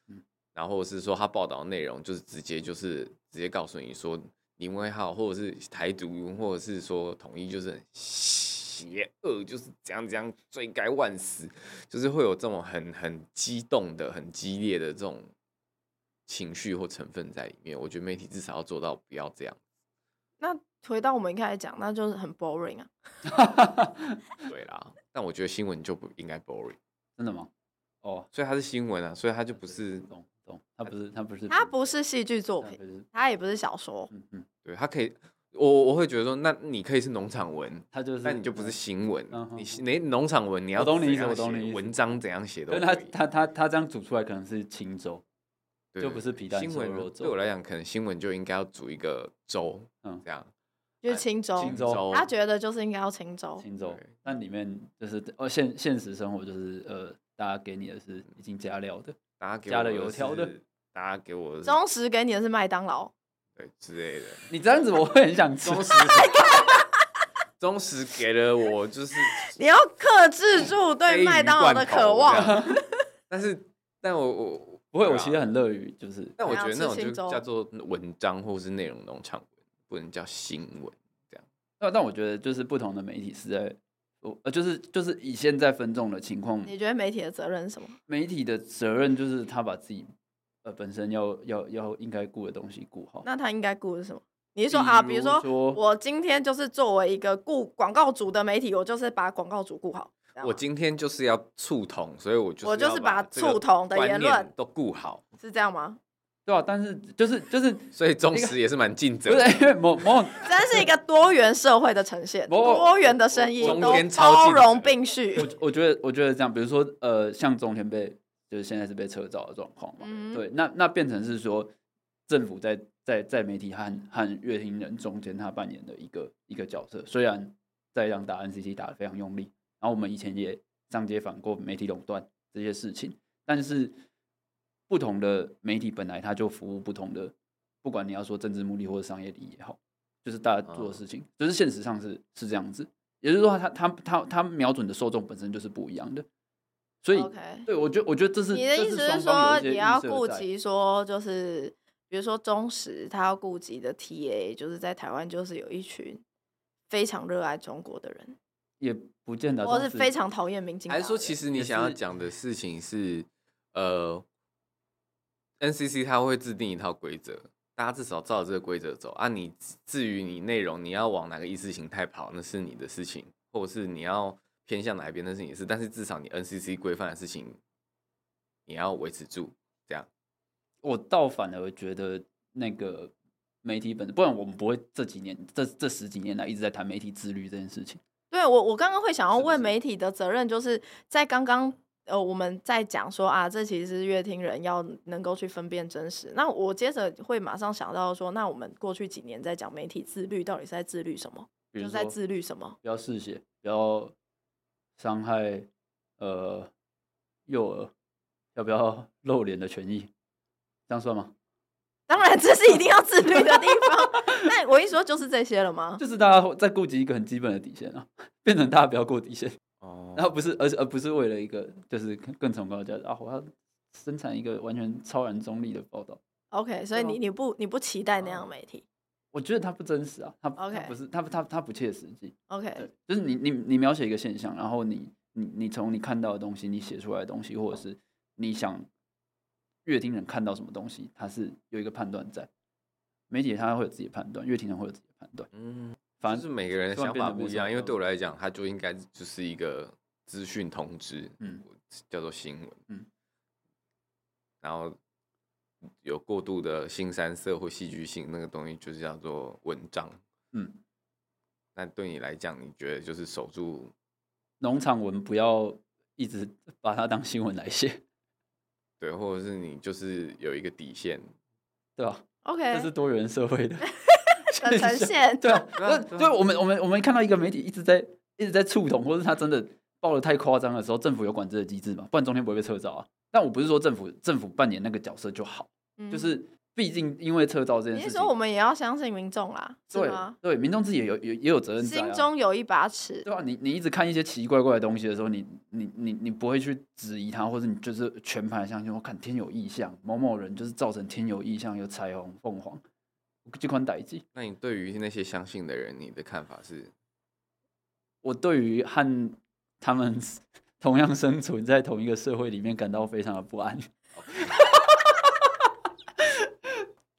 Speaker 2: 嗯。
Speaker 3: 然后或者是说他报道的内容就是直接就是直接告诉你说林威浩或者是台独或者是说统一就是很邪恶，就是怎样怎样罪该万死，就是会有这种很很激动的、很激烈的这种情绪或成分在里面。我觉得媒体至少要做到不要这样。
Speaker 1: 那回到我们一开始讲，那就是很 boring 啊。
Speaker 3: 对啦，但我觉得新闻就不应该 boring，
Speaker 2: 真的吗？哦，
Speaker 3: 所以它是新闻啊，所以它就不是
Speaker 2: 懂懂，他不是他不是嗯
Speaker 1: 它不是戏剧作
Speaker 2: 他
Speaker 1: 品
Speaker 2: 不，是
Speaker 1: 它也不是小说，
Speaker 2: 嗯嗯，
Speaker 3: 对，它可以。我我会觉得说，那你可以是农场文，
Speaker 2: 他就是，
Speaker 3: 但你就不是新闻
Speaker 2: 嗯。哼
Speaker 3: 你你农场文，你要
Speaker 2: 我懂你
Speaker 3: 怎
Speaker 2: 意思
Speaker 3: 样
Speaker 2: 我懂
Speaker 3: 写
Speaker 2: 你意思
Speaker 3: 文章怎样写都
Speaker 2: 但
Speaker 3: 可
Speaker 2: 是
Speaker 3: 以。
Speaker 2: 他他他他这样煮出来可能是清粥，
Speaker 3: 对
Speaker 2: 就
Speaker 3: 对
Speaker 2: 不是皮
Speaker 3: 对
Speaker 2: 蛋
Speaker 3: 新
Speaker 2: 瘦肉
Speaker 3: 闻对
Speaker 2: 粥
Speaker 3: 我来讲，可能新闻就应该要煮一个粥，
Speaker 2: 嗯
Speaker 3: 这样哎
Speaker 1: 就是轻舟。
Speaker 2: 轻粥
Speaker 1: 他觉得就是应该要轻舟，
Speaker 2: 清粥
Speaker 3: 对，
Speaker 2: 但里面就是哦现现实生活就是呃，大家给你的是已经加料的，
Speaker 3: 大家给
Speaker 2: 加
Speaker 3: 我
Speaker 2: 了
Speaker 3: 的
Speaker 2: 油条的
Speaker 3: 是，大家给我的是
Speaker 1: 忠实给你的是麦当劳。
Speaker 3: 对之类的，
Speaker 2: 你这样子我会很想吃。
Speaker 3: (laughs) 忠实忠实给了我就是
Speaker 1: 你要克制住
Speaker 3: 鲱
Speaker 1: 对
Speaker 3: 鱼
Speaker 1: 麦当劳的
Speaker 3: 罐头
Speaker 1: 渴望
Speaker 3: 这。样， (laughs) 但是但我我
Speaker 2: 不会，
Speaker 3: 对
Speaker 2: 我
Speaker 3: 啊
Speaker 2: 其实很乐于就是
Speaker 3: 但我觉得那种
Speaker 1: 还要吃
Speaker 3: 就
Speaker 1: 青粥
Speaker 3: 叫做文章或是内容农场文，不能叫新闻。
Speaker 2: 但但我觉得就是不同的媒体是在，我呃就是就是以现在分众的情况，
Speaker 1: (laughs) 你觉得媒体的责任是什么？
Speaker 2: 媒体的责任就是他把自己呃本身要要要应该顾的东西顾好。
Speaker 1: 那他应该顾的是什么？你是说啊，比如说我今天就是作为一个顾广告主的媒体，我就是把广告主顾好。这样吗
Speaker 3: 我今天就是要触统，所以我就是
Speaker 1: 我就是
Speaker 3: 要
Speaker 1: 把
Speaker 3: 这个
Speaker 1: 触统的
Speaker 3: 观
Speaker 1: 言
Speaker 3: 念
Speaker 1: 论
Speaker 3: 都顾好，
Speaker 1: 是这样吗？ (laughs)
Speaker 2: 对啊，但是就是就是
Speaker 3: 所以忠实也是蛮尽责
Speaker 2: 不
Speaker 3: 的。
Speaker 2: 是因为某某种
Speaker 1: 真是一个多元社会的呈现，
Speaker 2: 不过
Speaker 1: 多元的声音
Speaker 3: 中
Speaker 1: 都
Speaker 3: 间超
Speaker 1: 包
Speaker 3: 竞
Speaker 1: 容
Speaker 3: 争
Speaker 1: 并蓄。
Speaker 2: 我我觉得我觉得这样，比如说呃，像中天被就是现在是被撤照的状况嘛，
Speaker 1: 嗯
Speaker 2: 对，那那变成是说政府在在在媒体和和乐听人中间他扮演的一个一个角色，虽然在让打 NCT 打得非常用力，然后我们以前也上街反过媒体垄断这些事情，但是不同的媒体本来它就服务不同的，不管你要说政治目的或者商业利益也好，就是大家做的事情，就是现实上是是这样子。也就是说他，他他他他瞄准的受众本身就是不一样的，所以
Speaker 1: OK，
Speaker 2: 对我觉我觉得这是
Speaker 1: 你的
Speaker 2: 这
Speaker 1: 意思
Speaker 2: 双
Speaker 1: 是
Speaker 2: 方
Speaker 1: 说，
Speaker 2: 有一些
Speaker 1: 也
Speaker 2: 预
Speaker 1: 要
Speaker 2: 设
Speaker 1: 顾
Speaker 2: 在
Speaker 1: 及说，就是比如说忠实，他要顾及的 TA，就是在台湾就是有一群非常热爱中国的人，
Speaker 2: 也不见得都。
Speaker 1: 我是非常讨厌民进党
Speaker 3: 还
Speaker 1: 的。
Speaker 3: 是说，其实
Speaker 2: 也
Speaker 3: 你想要
Speaker 2: 是
Speaker 3: 讲的事情是，呃，NCC 它会制定一套规则，大家至少照着这个规则走啊你。至于你内容，你要往哪个意识形态跑，那是你的事情，或者是你要偏向哪一边，那是你的事。但是至少你 NCC 规范的事情，你要维持住。
Speaker 2: 我倒反而觉得那个媒体本身，不然我们不会这几年这这十几年来一直在谈媒体自律这件事情。
Speaker 1: 对我，我刚刚会想要
Speaker 2: 是不
Speaker 1: 问
Speaker 2: 是
Speaker 1: 媒体的责任，就是在刚刚呃我们在讲说啊，这其实是乐听人要能够去分辨真实。那我接着会马上想到说，那我们过去几年在讲媒体自律，到底是在自律什么？
Speaker 2: 比
Speaker 1: 就
Speaker 2: 如
Speaker 1: 是
Speaker 2: 说
Speaker 1: 在自律什么？
Speaker 2: 不要嗜血，不要伤害呃幼儿，要不要露脸的权益，这样算吗？
Speaker 1: 当然，这是一定要自律的地方。 (laughs) 那我一说就是这些了吗？
Speaker 2: 就是大家在顾及一个很基本的底线啊， (laughs) 变成大家不要过底线，
Speaker 3: 哦
Speaker 2: 然后不是，而而不是为了一个就是更更崇高的价值啊，我要生产一个完全超然中立的报道。
Speaker 1: OK，所以
Speaker 2: 对哦
Speaker 1: 你
Speaker 2: 啊
Speaker 1: 你不你不期待那样的媒体
Speaker 2: 我觉得它不真实啊，它它
Speaker 1: OK
Speaker 2: 不是它它它不切实际，对
Speaker 1: ？OK，，
Speaker 2: 就是你你你描写一个现象，然后你你你从你看到的东西，你写出来的东西，或者是你想乐听人看到什么东西，它是有一个判断在。媒体他会有自己的判断，乐听人会有自己的判断，
Speaker 3: 嗯，
Speaker 2: 反
Speaker 3: 就是
Speaker 2: 正
Speaker 3: 每个人的
Speaker 2: 突然
Speaker 3: 想
Speaker 2: 变
Speaker 3: 法
Speaker 2: 得
Speaker 3: 不
Speaker 2: 没
Speaker 3: 一
Speaker 2: 什么嗯
Speaker 3: 样，因为
Speaker 2: 了
Speaker 3: 对我来讲，它就应该就是一个资讯通知，
Speaker 2: 嗯，
Speaker 3: 叫做新闻，
Speaker 2: 嗯，
Speaker 3: 然后有过度的新三色或戏剧性，那个东西就是叫做文章。
Speaker 2: 嗯，
Speaker 3: 那对你来讲，你觉得就是守住
Speaker 2: 农场文不要一直把它当新闻来写，
Speaker 3: 对，或者是你就是有一个底线，
Speaker 2: 对吧、这
Speaker 1: OK，
Speaker 2: 是多元社会的 (laughs)
Speaker 1: 的呃呈
Speaker 2: 象
Speaker 1: 现
Speaker 2: (laughs) 对啊，
Speaker 3: 对啊
Speaker 2: 那
Speaker 3: 对啊
Speaker 2: 对我们我们我们看到一个媒体一直在一直在触动，或是他真的报的太夸张的时候，政府有管制的机制嘛，不然中间不会被撤照啊。但我不是说政府政府扮演那个角色就好，
Speaker 1: 嗯
Speaker 2: 就是毕竟因为撤照这件
Speaker 1: 你
Speaker 2: 事
Speaker 1: 是
Speaker 2: 情，
Speaker 1: 说我们也要相信民众啦，是
Speaker 2: 对
Speaker 1: 吗？
Speaker 2: 对民众自己也有也也有责任在啊、
Speaker 1: 心中有一把尺
Speaker 2: 对啊，你你一直看一些奇奇怪怪的东西的时候，你你你你不会去质疑它，或者你就是全盘相信，我看天有异象，某某人就是造成天有异象，有彩虹、凤凰，这款歹计。
Speaker 3: 那你对于那些相信的人，你的看法是？
Speaker 2: 我对于和他们 (laughs) 同样生存在同一个社会里面感到非常的不安。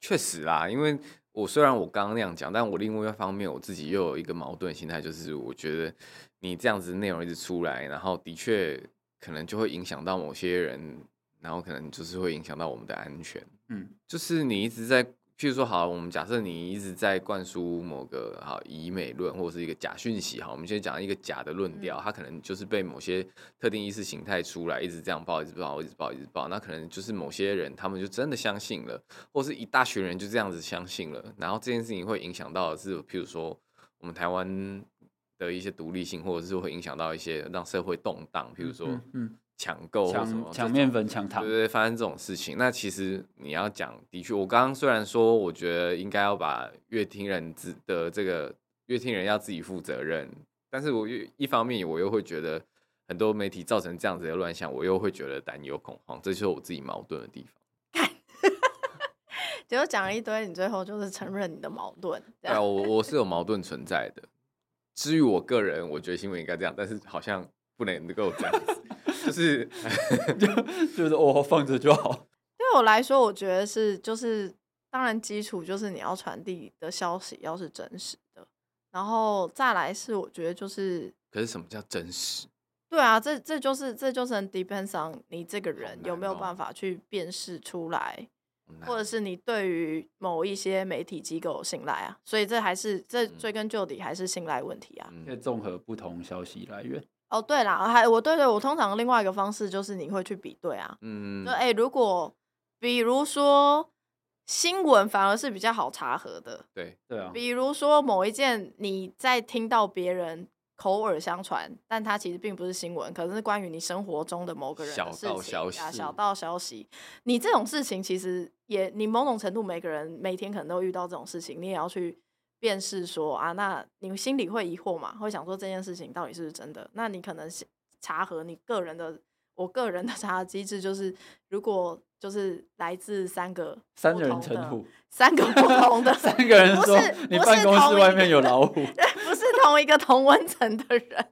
Speaker 3: 确实啦，因为我虽然我刚刚那样讲，但我另外一方面我自己又有一个矛盾心态，就是我觉得你这样子内容一直出来，然后的确可能就会影响到某些人，然后可能就是会影响到我们的安全。
Speaker 2: 嗯，
Speaker 3: 就是你一直在，譬如说，好，我们假设你一直在灌输某个好以美论或者是一个假讯息，好，我们先讲一个假的论
Speaker 2: 嗯
Speaker 3: 调，它可能就是被某些特定意识形态出来，一直这样报，一直报，一直报，一直报，那可能就是某些人他们就真的相信了，或是一大群人就这样子相信了，然后这件事情会影响到的是，譬如说我们台湾。的一些独立性，或者是会影响到一些让社会动荡，譬如说
Speaker 2: 嗯，
Speaker 3: 抢购或什么
Speaker 2: 抢
Speaker 3: 这
Speaker 2: 抢
Speaker 3: 种
Speaker 2: 面粉、抢糖
Speaker 3: 对，对，对发生这种事情，那其实你要讲，的确，我刚刚虽然说，我觉得应该要把乐听人自的这个乐听人要自己负责任，但是我又一方面我又会觉得很多媒体造成这样子的乱象，我又会觉得担忧恐慌，这就是我自己矛盾的地方。
Speaker 1: (laughs) 结果讲了一堆，你最后就是承认你的矛盾。这
Speaker 3: 对
Speaker 2: 哦
Speaker 3: 啊，
Speaker 1: 样
Speaker 3: 我我是有矛盾存在的。至于我个人，我觉得新闻应该这样，但是好像不能够这样子，就是
Speaker 2: (laughs)
Speaker 3: (laughs)
Speaker 2: 就是哦，放着就好。
Speaker 1: 对我来说，我觉得是就是，当然基础就是你要传递的消息要是真实的，然后再来是我觉得就是。
Speaker 3: 可是什么叫真实？
Speaker 1: 对啊，这这就是这就是很 depends on 你这个人有
Speaker 3: 难
Speaker 1: 没有
Speaker 3: 哦
Speaker 1: 办法去辨识出来，
Speaker 3: 好难
Speaker 1: 或者是你对于某一些媒体机构有信赖啊，所以这还是这
Speaker 3: 嗯
Speaker 1: 追根究底还是信赖问题啊。
Speaker 3: 嗯
Speaker 2: 可以综合不同消息来源，
Speaker 1: 哦，对啦，还我对对，我通常另外一个方式就是你会去比对啊，
Speaker 3: 嗯
Speaker 1: 就哎、欸如果比如说新闻反而是比较好查核的，
Speaker 3: 对，
Speaker 2: 对啊，
Speaker 1: 比如说某一件你在听到别人口耳相传，但它其实并不是新闻，可能是关于你生活中的某个人的
Speaker 3: 小
Speaker 1: 事
Speaker 3: 道
Speaker 1: 情
Speaker 3: 消
Speaker 1: 啊
Speaker 3: 息
Speaker 1: 小道消息。你这种事情其实也，你某种程度每个人每天可能都遇到这种事情，你也要去。辨识说啊，那你心里会疑惑嘛？会想说这件事情到底是不是真的？那你可能是查核你个人的，我个人的查核机制就是，如果就是来自三个
Speaker 2: 三
Speaker 1: 不
Speaker 2: 人
Speaker 1: 同
Speaker 2: 称
Speaker 1: 的 (laughs)
Speaker 2: 呼，
Speaker 1: 三个不同的
Speaker 2: 三个人
Speaker 1: 不
Speaker 2: 说
Speaker 1: 是
Speaker 2: 你
Speaker 1: 不是
Speaker 2: 办公
Speaker 1: 同
Speaker 2: 室
Speaker 1: 一
Speaker 2: 外
Speaker 1: (laughs) 个
Speaker 2: 面有老虎，
Speaker 1: 不是同一个同温层的人，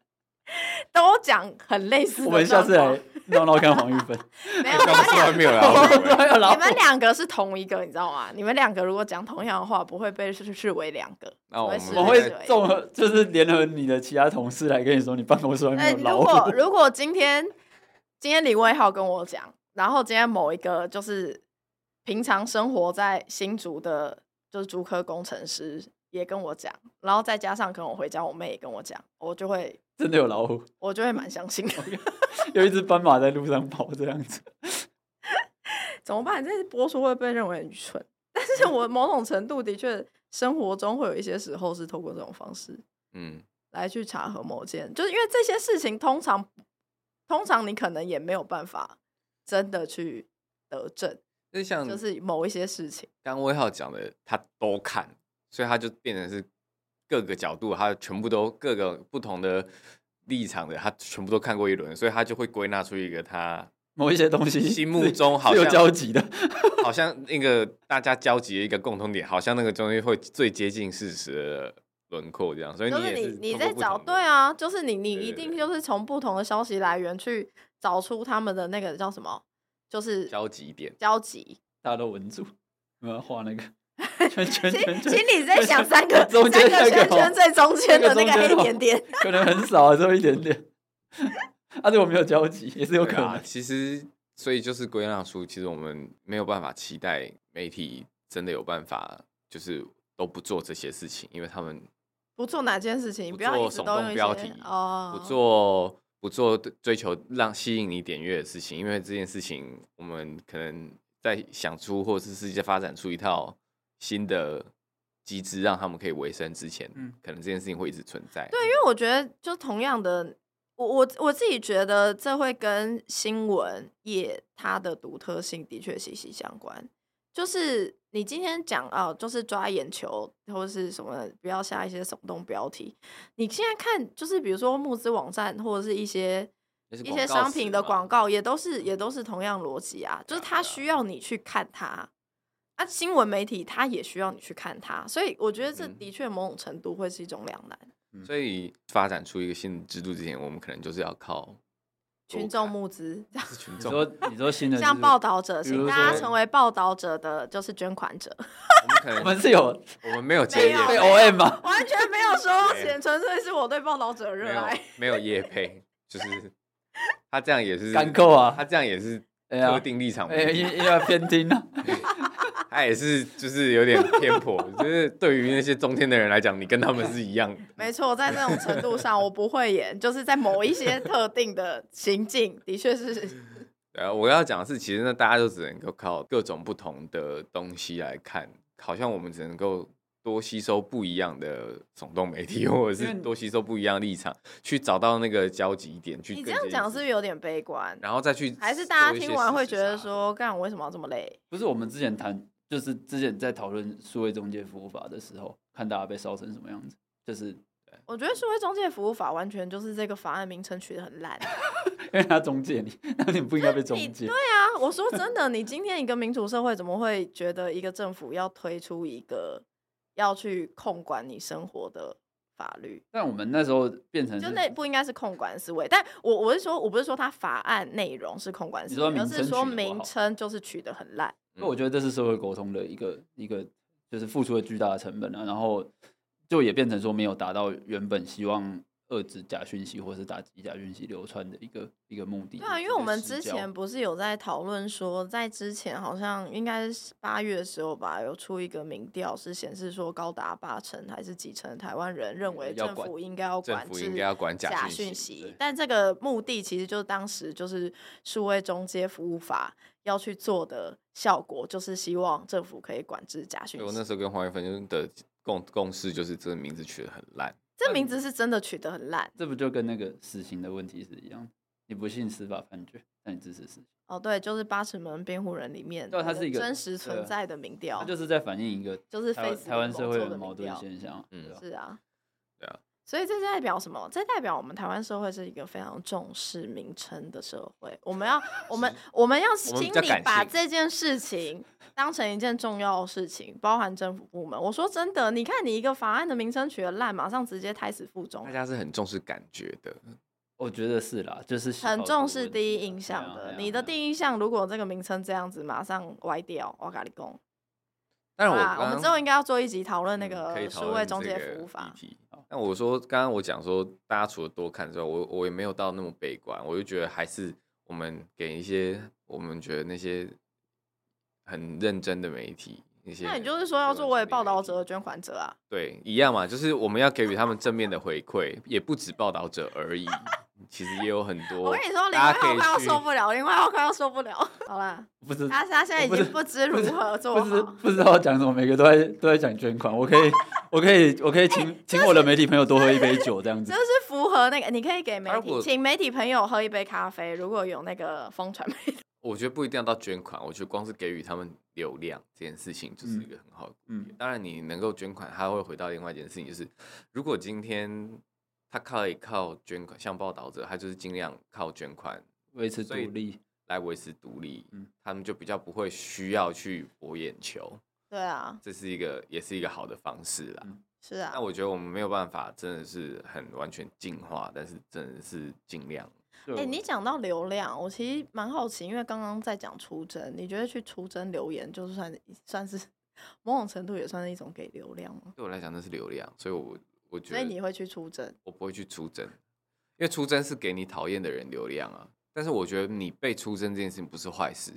Speaker 1: 都讲很类似的
Speaker 2: 我们下次
Speaker 1: 状况
Speaker 2: 来闹闹看黄玉
Speaker 1: (laughs)
Speaker 2: 芬，
Speaker 1: 没有，你
Speaker 3: 刚刚
Speaker 1: 们
Speaker 3: 说
Speaker 1: 两
Speaker 3: 还没
Speaker 2: (laughs)
Speaker 3: 有来澳
Speaker 1: (laughs)
Speaker 3: 门欸，
Speaker 1: 你们两个是同一个，你知道吗？你们两个如果讲同样的话，不会被视视为两个。
Speaker 3: 那我们
Speaker 1: 是
Speaker 2: 哦我们
Speaker 1: 是
Speaker 2: 会
Speaker 1: 是
Speaker 2: 综合，就是联合你的其他同事来跟你说，你办公室外
Speaker 1: 哎、如
Speaker 2: 面有老
Speaker 1: 果
Speaker 2: 虎。
Speaker 1: 如果今天今天李威浩跟我讲，然后今天某一个就是平常生活在新竹的，就是竹科工程师也跟我讲，然后再加上可能我回家我妹也跟我讲，我就会
Speaker 2: 真的有老虎，
Speaker 1: 我就会蛮相信的。
Speaker 2: 有一只斑马在路上跑这样子。
Speaker 1: 怎么办？这播出会被认为很愚蠢，但是
Speaker 3: 嗯
Speaker 1: 我某种程度的确生活中会有一些时候是透过这种方式
Speaker 3: 嗯，
Speaker 1: 来去查核某件，就是因为这些事情通常通常你可能也没有办法真的去得证，
Speaker 3: 那像
Speaker 1: 就是某一些事情。
Speaker 3: 刚刚威浩讲的，他都看，所以他就变成是各个角度，他全部都各个不同的立场的，他全部都看过一轮，所以他就会归纳出一个他
Speaker 2: 某一些东西是
Speaker 3: 心目中好
Speaker 2: 是有
Speaker 3: 像
Speaker 2: 交集的，
Speaker 3: 好像那个大家交集的一个共同点，好像那个东西会最接近事实的轮廓这样，所以
Speaker 1: 就
Speaker 3: 你也
Speaker 1: 你
Speaker 3: 是
Speaker 1: 你
Speaker 3: 透
Speaker 1: 在
Speaker 3: 过不
Speaker 1: 找
Speaker 3: 同的
Speaker 1: 对，啊，就是你你
Speaker 3: 对
Speaker 1: 一
Speaker 3: 对
Speaker 1: 定
Speaker 3: 对
Speaker 1: 就是从不同的消息来源去找出他们的那个叫什么，就是
Speaker 3: 交集点，
Speaker 1: 交
Speaker 3: (laughs)
Speaker 1: 集。
Speaker 2: 大家都稳住，我们要画 (laughs) 那个圈圈
Speaker 1: 其
Speaker 2: 圈
Speaker 1: 实
Speaker 2: 圈
Speaker 1: 其。实你在想三个
Speaker 2: 中间
Speaker 1: 三个
Speaker 2: 那
Speaker 1: 圈
Speaker 2: 个哦
Speaker 1: 圈最中间的那个
Speaker 2: 中间
Speaker 1: 黑
Speaker 2: 哦
Speaker 1: 点点，
Speaker 2: 可能很少啊，只有一点点。啊，对我没有交集，也是有可
Speaker 3: 对啊
Speaker 2: 能。
Speaker 3: (laughs) 其实，所以就是归纳出，其实我们没有办法期待媒体真的有办法，就是都不做这些事情，因为他们
Speaker 1: 不做哪件事情，
Speaker 3: 不
Speaker 1: 不要一
Speaker 3: 做
Speaker 1: 直
Speaker 3: 耸
Speaker 1: 都
Speaker 3: 动
Speaker 1: 用一
Speaker 3: 标
Speaker 1: 些
Speaker 3: 题
Speaker 1: 哦，
Speaker 3: 不做不做追求让吸引你点阅的事情，因为这件事情我们可能在想出或是世界发展出一套新的机制，让他们可以维生之前，
Speaker 2: 嗯
Speaker 3: 可能这件事情会一直存在。嗯
Speaker 1: 对，因为我觉得就同样的，我我我自己觉得这会跟新闻业它的独特性的确息息相关。就是你今天讲啊，就是抓眼球或是什么，不要下一些耸动标题。你现在看，就是比如说募资网站或者是一些
Speaker 3: 那是
Speaker 1: 一
Speaker 3: 广
Speaker 1: 些
Speaker 3: 告
Speaker 1: 商
Speaker 3: 词
Speaker 1: 品的
Speaker 3: 嘛
Speaker 1: 广告，也都是也都是同样逻辑啊，就是
Speaker 3: 对啊
Speaker 1: 它
Speaker 3: 对啊
Speaker 1: 需要你去看它。啊，新闻媒体它也需要你去看它，所以我觉得这
Speaker 3: 嗯
Speaker 1: 的确某种程度会是一种两难。
Speaker 3: 所以发展出一个新的制度之前，我们可能就是要
Speaker 1: (laughs)
Speaker 3: 靠
Speaker 1: 群众募资， (laughs) 这样
Speaker 3: 是群
Speaker 2: 你
Speaker 3: 众，
Speaker 2: 说，你说新的
Speaker 1: 像报，道者
Speaker 2: 比
Speaker 1: 型，
Speaker 2: 如
Speaker 1: 大家
Speaker 2: 说
Speaker 1: 成为报道者的就是捐款
Speaker 3: (laughs)
Speaker 1: 者，
Speaker 3: 我们可
Speaker 2: 我
Speaker 3: 能
Speaker 2: 们是有
Speaker 3: 我们没有
Speaker 1: 没
Speaker 3: 接业
Speaker 1: 有
Speaker 2: 被
Speaker 1: 对
Speaker 2: 啊
Speaker 3: 配，
Speaker 1: 我
Speaker 2: OM 吗？
Speaker 1: 完全没有收 (laughs)
Speaker 3: 对
Speaker 1: 钱，纯粹是我对报道者的热
Speaker 3: 没有
Speaker 1: 爱。 (laughs)
Speaker 3: 没有业配，就是他这样也是
Speaker 2: 干扣
Speaker 3: 他
Speaker 2: 啊，
Speaker 3: 这样也是
Speaker 2: 哎呀
Speaker 3: 特定立场不
Speaker 2: 哎，
Speaker 3: 一
Speaker 2: 因
Speaker 3: 样，
Speaker 2: 因为偏听啊，
Speaker 3: 他也是就是有点偏颇，就是对于那些中间的人来讲，你跟他们是一样的。
Speaker 1: 没错，在那种程度上，我不会演，就是在某一些特定的情境，的确
Speaker 3: (laughs)
Speaker 1: 是
Speaker 3: 对啊，我要讲的是，其实呢，大家就只能够靠各种不同的东西来看，好像我们只能够多吸收不一样的耸动媒体，或者
Speaker 2: 因
Speaker 3: 是
Speaker 2: 为
Speaker 3: 多吸收不一样的立场，去找到那个交集点。去
Speaker 1: 你
Speaker 3: 更
Speaker 1: 这样
Speaker 3: 接近
Speaker 1: 讲是
Speaker 3: 自
Speaker 1: 不
Speaker 3: 己
Speaker 1: 是有点悲观？
Speaker 3: 然后再去
Speaker 1: 还是大
Speaker 3: 做
Speaker 1: 家
Speaker 3: 一些
Speaker 1: 听完会
Speaker 3: 事实
Speaker 1: 觉得
Speaker 3: 查
Speaker 1: 说，干我为什么要这么累？
Speaker 2: 不是我们之前谈，就是之前在讨论数位中介服务法的时候，看大家被烧成什么样子，就是
Speaker 1: 我觉得社会中介服务法完全就是这个法案名称取得很烂。
Speaker 2: 因为他中介你，那你不应该 (laughs) 被中
Speaker 1: 你
Speaker 2: 介
Speaker 1: 对。啊，我说真的，你今天一个民主社会怎么会觉得一个政府要推出一个要去控管你生活的法律？
Speaker 2: 但我们那时候变成
Speaker 1: 就是那不应该是控管思维，但我我是说，我不是说它法案内容是控管
Speaker 2: 你
Speaker 1: 思
Speaker 2: 说
Speaker 1: 维，而
Speaker 2: 名
Speaker 1: 是
Speaker 2: 称
Speaker 1: 说
Speaker 2: 取得不
Speaker 1: 名
Speaker 2: 好
Speaker 1: 称就是取得很烂。
Speaker 2: 那我觉得这是社会沟通的一个一个，就是付出了巨大的成本啊，然后就也变成说没有达到原本希望遏制假讯息或是打击假讯息流窜的一个一个目的。
Speaker 1: 对啊，因为
Speaker 2: 这
Speaker 1: 我
Speaker 2: 个
Speaker 1: 们
Speaker 2: 失
Speaker 1: 之
Speaker 2: 焦
Speaker 1: 前不是有在讨论说，在之前好像应该是八月的时候吧，有出一个民调，是显示说高达八成还是几成的台湾人认为
Speaker 2: 嗯要
Speaker 1: 政
Speaker 2: 管
Speaker 1: 府应该要
Speaker 3: 政
Speaker 1: 管
Speaker 3: 府
Speaker 1: 制
Speaker 3: 应该要管假
Speaker 1: 假讯
Speaker 3: 讯息
Speaker 1: 息
Speaker 2: 对，
Speaker 1: 但这个目的其实就是当时就是数位中介服务法要去做的效果，就是希望政府可以管制假讯
Speaker 3: 所以我那
Speaker 1: 息。
Speaker 3: 时候跟黄一芬的共共识就是，这个名字取得很烂。
Speaker 1: 这名字是真的取得很烂
Speaker 2: 这不就跟那个死刑的问题是一样的？你不信司法判决，但你支持死刑，
Speaker 1: 哦，对，就是八尺门辩护人里面，
Speaker 2: 对啊它是一个
Speaker 1: 真实
Speaker 2: 对
Speaker 1: 存
Speaker 2: 啊
Speaker 1: 在的民调
Speaker 2: 它，就是在反映一个
Speaker 1: 就是
Speaker 2: 台湾
Speaker 1: Facebook
Speaker 2: 台湾社会
Speaker 1: 做
Speaker 2: 的
Speaker 1: 的
Speaker 2: 矛
Speaker 1: 民
Speaker 2: 盾
Speaker 1: 调
Speaker 2: 现象啊。
Speaker 3: 嗯
Speaker 2: 对吧
Speaker 1: 是啊，
Speaker 3: 对啊，
Speaker 1: 所以这代表什么？这代表我们台湾社会是一个非常重视名称的社会。我们
Speaker 3: (laughs)
Speaker 1: 要，我们，我们要
Speaker 3: 我们比
Speaker 1: 心
Speaker 3: 较
Speaker 1: 里
Speaker 3: 感
Speaker 1: 把
Speaker 3: 性
Speaker 1: 这件事情当成一件重要的事情，包含政府部门。我说真的，你看你一个法案的名称取得烂，马上直接胎死腹中
Speaker 3: 大。家是很重视感觉的，
Speaker 2: 我觉得是啦，就是
Speaker 1: 很重视第一印
Speaker 2: 对
Speaker 1: 象
Speaker 2: 啊
Speaker 1: 的
Speaker 2: 对。啊
Speaker 1: 你的
Speaker 2: 对啊
Speaker 1: 第一印象如果这个名称这样子，马上歪掉，我跟你讲。
Speaker 3: 但是我
Speaker 1: 啊
Speaker 3: 刚
Speaker 1: 我
Speaker 3: 刚
Speaker 1: 们之后应该要做一集讨论那
Speaker 3: 嗯可以
Speaker 1: 个
Speaker 3: 讨
Speaker 1: 数
Speaker 3: 论
Speaker 1: 位中
Speaker 3: 这
Speaker 1: 介
Speaker 3: 个
Speaker 1: 服务法
Speaker 3: 议。题。那我说，刚刚我讲说，大家除了多看之外，我我也没有到那么悲观，我就觉得还是我们给一些我们觉得那些很认真的媒体，那些
Speaker 1: 那你就是说要作为报道者的捐款者啊？
Speaker 3: 对一样嘛，就是我们要给予他们正面的回馈，也不止报道者而已，其实也有很多。
Speaker 1: 我跟你说，林
Speaker 3: 大
Speaker 1: 外浩
Speaker 3: 家可以
Speaker 1: 快要
Speaker 3: 去
Speaker 1: 受不了，林外浩快要受不了。好啦，
Speaker 2: 不是
Speaker 1: 他他现在已
Speaker 2: 我不
Speaker 1: 经
Speaker 2: 是
Speaker 1: 不知如何做
Speaker 2: 不知
Speaker 1: 好。
Speaker 2: 不知道讲什么，每个都在 (laughs) 都在讲捐款，我可以 (laughs) 我可以我可以请请我的媒体朋友多喝一杯酒这样子
Speaker 1: 这，是符合那个，你可以给媒
Speaker 3: 他如
Speaker 1: 体，
Speaker 3: 果
Speaker 1: 请媒体朋友喝一杯咖啡。如果有那个风传媒 (laughs) 体，
Speaker 3: 我觉得不一定要到捐款，我觉得光是给予他们流量这件事情就是一个很好的鼓励。
Speaker 2: 嗯
Speaker 3: 当然，你能够捐款，他会回到另外一件事情，就是如果今天他可以靠捐款，像报道者，他就是尽量靠捐款
Speaker 2: 维持独
Speaker 3: 所以
Speaker 2: 立。
Speaker 3: 来维持独立，
Speaker 2: 嗯
Speaker 3: 他们就比较不会需要去博眼球，
Speaker 1: 对啊，
Speaker 3: 这是一个也是一个好的方式啦。
Speaker 2: 嗯
Speaker 1: 是啊
Speaker 3: 那。我觉得我们没有办法，真的是很完全进化，但是真的是尽量。
Speaker 2: 对
Speaker 1: 哎、
Speaker 2: 我
Speaker 1: 你讲到流量，我其实蛮好奇，因为刚刚在讲出征，你觉得去出征留言，就是算算是某种程度也算是一种给流量吗？
Speaker 3: 对我来讲，那是流量，所以我我觉
Speaker 1: 所
Speaker 3: 得
Speaker 1: 以你会去出征？
Speaker 3: 我不会去出征，因为出征是给你讨厌的人流量啊。但是我觉得你被出征这件事情不是坏事，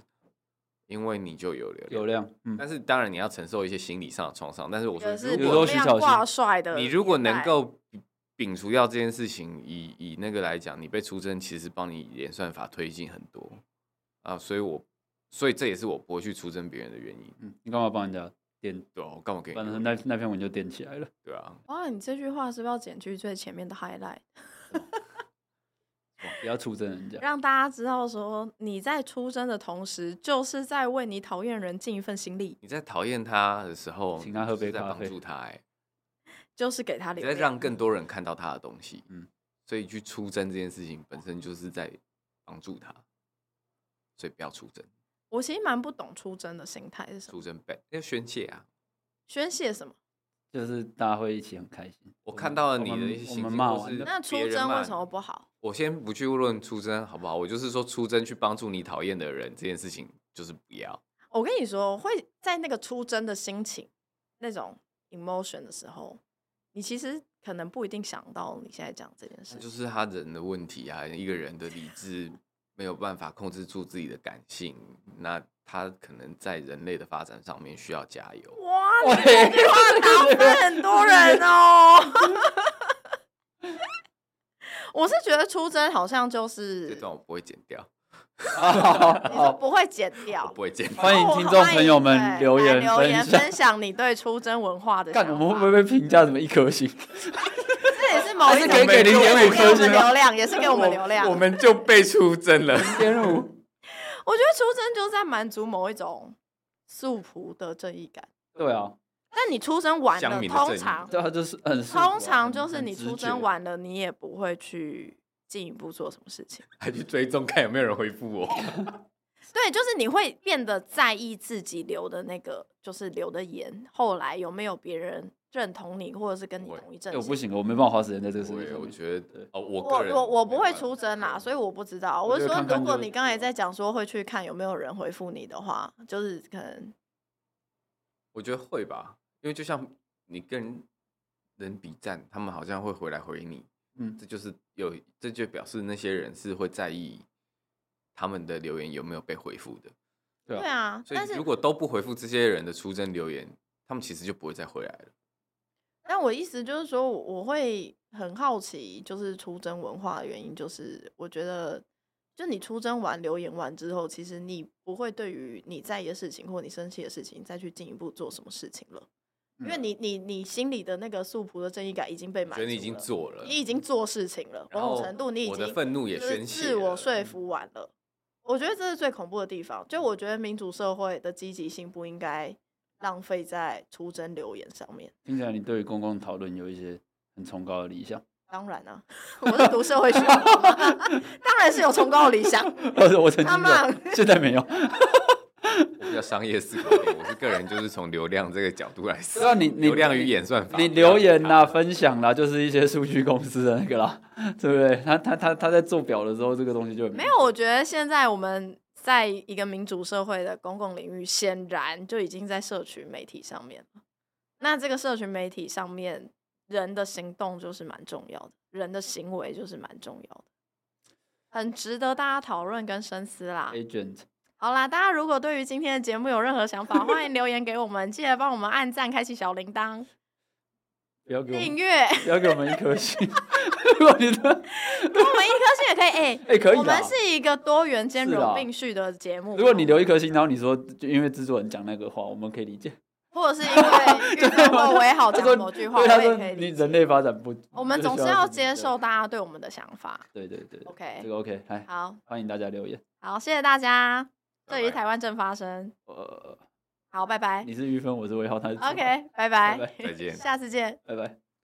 Speaker 3: 因为你就有流量。
Speaker 2: 流量，嗯，
Speaker 3: 但是当然你要承受一些心理上的创伤。但是我说，
Speaker 1: 就是
Speaker 3: 如
Speaker 2: 比如
Speaker 1: 流
Speaker 2: 说
Speaker 3: 果
Speaker 2: 徐
Speaker 1: 量
Speaker 2: 小
Speaker 1: 挂
Speaker 2: 新
Speaker 1: 帅的年代，
Speaker 3: 你如果能够摒除掉这件事情，以以那个来讲，你被出征其实帮你演算法推进很多啊。所以我所以这也是我不会去出征别人的原因。
Speaker 2: 嗯，你干嘛帮人家垫？
Speaker 3: 对啊，我干嘛给你
Speaker 2: 反
Speaker 3: 流
Speaker 2: 正
Speaker 3: 量？
Speaker 2: 那那篇文就垫起来了。
Speaker 3: 对啊，
Speaker 1: 哇，你这句话是不是要剪去最前面的 highlight，
Speaker 2: 哇哦不要出征人家，
Speaker 1: 让大家知道说你在出征的同时，就是在为你讨厌人尽一份心力，
Speaker 3: 你在讨厌他的时候，
Speaker 2: 请他喝
Speaker 3: 就是
Speaker 2: 杯
Speaker 3: 在
Speaker 2: 咖
Speaker 3: 帮
Speaker 2: 啡
Speaker 3: 助他、欸。
Speaker 1: 就是给他
Speaker 3: 你
Speaker 1: 流
Speaker 3: 在
Speaker 1: 量，
Speaker 3: 让更多人看到他的东西，
Speaker 2: 嗯
Speaker 3: 嗯，所以去出征这件事情本身就是在帮助他，所以不要出征，
Speaker 1: 我其实蛮不懂出征的心态是什么，
Speaker 3: 出征 bad 要宣泄啊。
Speaker 1: 宣泄什么？
Speaker 2: 就是大家会一起很开心。 (laughs)
Speaker 3: 我
Speaker 2: 们
Speaker 3: 看到了你
Speaker 2: 我们
Speaker 3: 的一些
Speaker 2: 我
Speaker 3: 行
Speaker 2: 们
Speaker 3: 径
Speaker 2: 骂
Speaker 3: 或
Speaker 2: 完
Speaker 3: 是
Speaker 2: 了，
Speaker 1: 那出
Speaker 3: 别人
Speaker 1: 征为
Speaker 3: 骂
Speaker 1: 什么不好？
Speaker 3: 我先不去论出征好不好，我就是说出征去帮助你讨厌的人这件事情就是不要。
Speaker 1: 我跟你说，会在那个出征的心情、那种 emotion 的时候，你其实可能不一定想到你现在讲这件事
Speaker 3: 那。就是他人的问题啊，一个人的理智没有办法控制住自己的感性，那他可能在人类的发展上面需要加油。
Speaker 1: 哇，你这句话打翻很多人哦！ (laughs) 我是觉得出征好像就
Speaker 3: 这
Speaker 1: 是
Speaker 3: 段我不会剪掉，
Speaker 1: 你说不会剪
Speaker 3: 我
Speaker 1: 掉
Speaker 3: 不，会剪掉。
Speaker 2: 欢迎听众朋友
Speaker 1: 哦欢
Speaker 2: 们
Speaker 1: 迎
Speaker 2: 留
Speaker 1: 对
Speaker 2: 言
Speaker 1: 来留言
Speaker 2: 享。
Speaker 1: 分享你对出征文化的 (laughs) 想
Speaker 2: 看
Speaker 1: 法。
Speaker 2: 我们会不会被评价什么一
Speaker 1: (laughs)
Speaker 2: 颗星？
Speaker 1: 这也是某一种
Speaker 2: 还是可以给0.5
Speaker 1: 给我们
Speaker 2: 颗星啊吗
Speaker 1: 流量，也是给我们流量。
Speaker 3: 我们就被出征了。 (laughs)
Speaker 2: 天五，
Speaker 1: 我觉得出征就是在满足某一种素朴的正义感。
Speaker 2: 对啊，
Speaker 1: 但你出征完
Speaker 3: 乡
Speaker 1: 了，
Speaker 3: 民的正义
Speaker 1: 通常
Speaker 2: 对啊，就是很舒服啊
Speaker 1: 通常就是你出征，
Speaker 2: 很很直觉
Speaker 1: 完了，你也不会去进一步做什么事情。
Speaker 3: 还去追踪看有没有人回复我。
Speaker 1: 对，就是你会变得在意自己留的那个，就是留的言，后来有没有别人认同你，或者是跟你
Speaker 3: 我
Speaker 1: 同一阵
Speaker 2: 哎我不
Speaker 1: 线。
Speaker 2: 行，我没办法花时间在这个事
Speaker 3: 我
Speaker 2: 情
Speaker 3: 也
Speaker 2: 上
Speaker 3: 我
Speaker 2: 面。
Speaker 3: 觉得
Speaker 2: 对
Speaker 3: 哦，我
Speaker 1: 我
Speaker 3: 个人
Speaker 1: 我我不
Speaker 3: 没
Speaker 1: 会
Speaker 3: 办法嗯
Speaker 1: 出征啊啦，所以我不知道。
Speaker 2: 我
Speaker 1: 我
Speaker 2: 觉
Speaker 1: 是说，
Speaker 2: 得看看
Speaker 1: 如果
Speaker 2: 就
Speaker 1: 你刚才在讲说会去看有没有人回复你的话，就是可能
Speaker 3: 我觉得会吧，因为就像你跟人比战，他们好像会回来回你，
Speaker 2: 嗯，
Speaker 3: 这就是有这就表示那些人是会在意他们的留言有没有被回复的。
Speaker 2: 对啊
Speaker 1: 对啊，
Speaker 3: 所
Speaker 1: 但
Speaker 3: 以
Speaker 1: 是
Speaker 3: 如果都不回复这些人的出征留言，他们其实就不会再回来了。
Speaker 1: 但我意思就是说，我我会很好奇，就是出征文化的原因，就是我觉得，就你出征完、留言完之后，其实你不会对于你在意的事情或你生气的事情再去进一步做什么事情了，因为
Speaker 2: 嗯
Speaker 1: 你你你心里的那个素朴的正义感已经被
Speaker 3: 我
Speaker 1: 满
Speaker 3: 觉
Speaker 1: 足
Speaker 3: 得
Speaker 1: 了，
Speaker 3: 你已经做了，
Speaker 1: 你已经做事情了，
Speaker 3: 然
Speaker 1: 某
Speaker 3: 后
Speaker 1: 种程度你已经
Speaker 3: 我的愤怒也
Speaker 1: 就是
Speaker 3: 宣泄
Speaker 1: 自我
Speaker 3: 了嗯
Speaker 1: 说服完了。我觉得这是最恐怖的地方。就我觉得民主社会的积极性不应该浪费在出征留言上面。
Speaker 2: 听起来你对于公共讨论有一些很崇高的理想，
Speaker 1: 当然啊， (laughs) 我是读社会学的，好 (laughs) 吗当然是有崇高的理想。
Speaker 2: (laughs) 我我曾经
Speaker 1: 阿嬷
Speaker 2: 有，现在没有。
Speaker 3: 我比较商业思考一点，我是个人就是从流量这个角度来思
Speaker 2: 对啊，你你
Speaker 3: 流量与演算法。
Speaker 2: 你留言啦、分享啦，就是一些数据公司的那个啦， (laughs) 对不对？他他他他在做表的时候，这个东西就很明
Speaker 1: 没有，我觉得现在我们在一个民主社会的公共领域，显然就已经在社群媒体上面了。那这个社群媒体上面，人的行动就是蛮重要的，人的行为就是蛮重要的，很值得大家讨论跟深思啦。
Speaker 2: agent。
Speaker 1: 好啦，大家如果对于今天的节目有任何想法，欢迎留言给我们，记得帮我们按赞、开启小铃铛、
Speaker 2: 不要给我
Speaker 1: 订
Speaker 2: 们，
Speaker 1: 阅，
Speaker 2: 不要给我们一颗星。 (laughs) 如果你的， (laughs)
Speaker 1: 给我们一颗星也可以。哎、
Speaker 2: 哎、可以
Speaker 1: 我
Speaker 2: 的
Speaker 1: 们。是一个多元兼
Speaker 2: 是啊
Speaker 1: 容并蓄的节目。哦
Speaker 2: 如果你留一颗星，然后你说就因为制作人讲那个话，我们可以理解。
Speaker 1: 或者是因
Speaker 2: (laughs)
Speaker 1: 为预防或为好
Speaker 2: 他
Speaker 1: 讲
Speaker 2: 说
Speaker 1: 某句话，我
Speaker 2: 对，
Speaker 1: 也
Speaker 2: 他说
Speaker 1: 可以
Speaker 2: 你
Speaker 1: 理
Speaker 2: 人
Speaker 1: 解。
Speaker 2: 类发展不，
Speaker 1: 我们
Speaker 2: 就是
Speaker 1: 总是
Speaker 2: 需
Speaker 1: 要
Speaker 2: 这
Speaker 1: 接
Speaker 2: 个
Speaker 1: 受。大家对我们的想法。
Speaker 2: 对对对对
Speaker 1: OK
Speaker 2: 这个 OK，来
Speaker 1: 好
Speaker 2: 欢迎大家留言。
Speaker 1: 好，谢谢大家。这里是
Speaker 3: 拜拜
Speaker 1: 台湾正发生，
Speaker 2: 呃，
Speaker 1: 好，拜拜。
Speaker 2: 你是玉芬，我是魏浩，他是子桓
Speaker 1: OK，拜
Speaker 2: 拜
Speaker 1: 拜，
Speaker 2: 拜
Speaker 3: 再见。
Speaker 1: 下次见。
Speaker 2: 拜拜。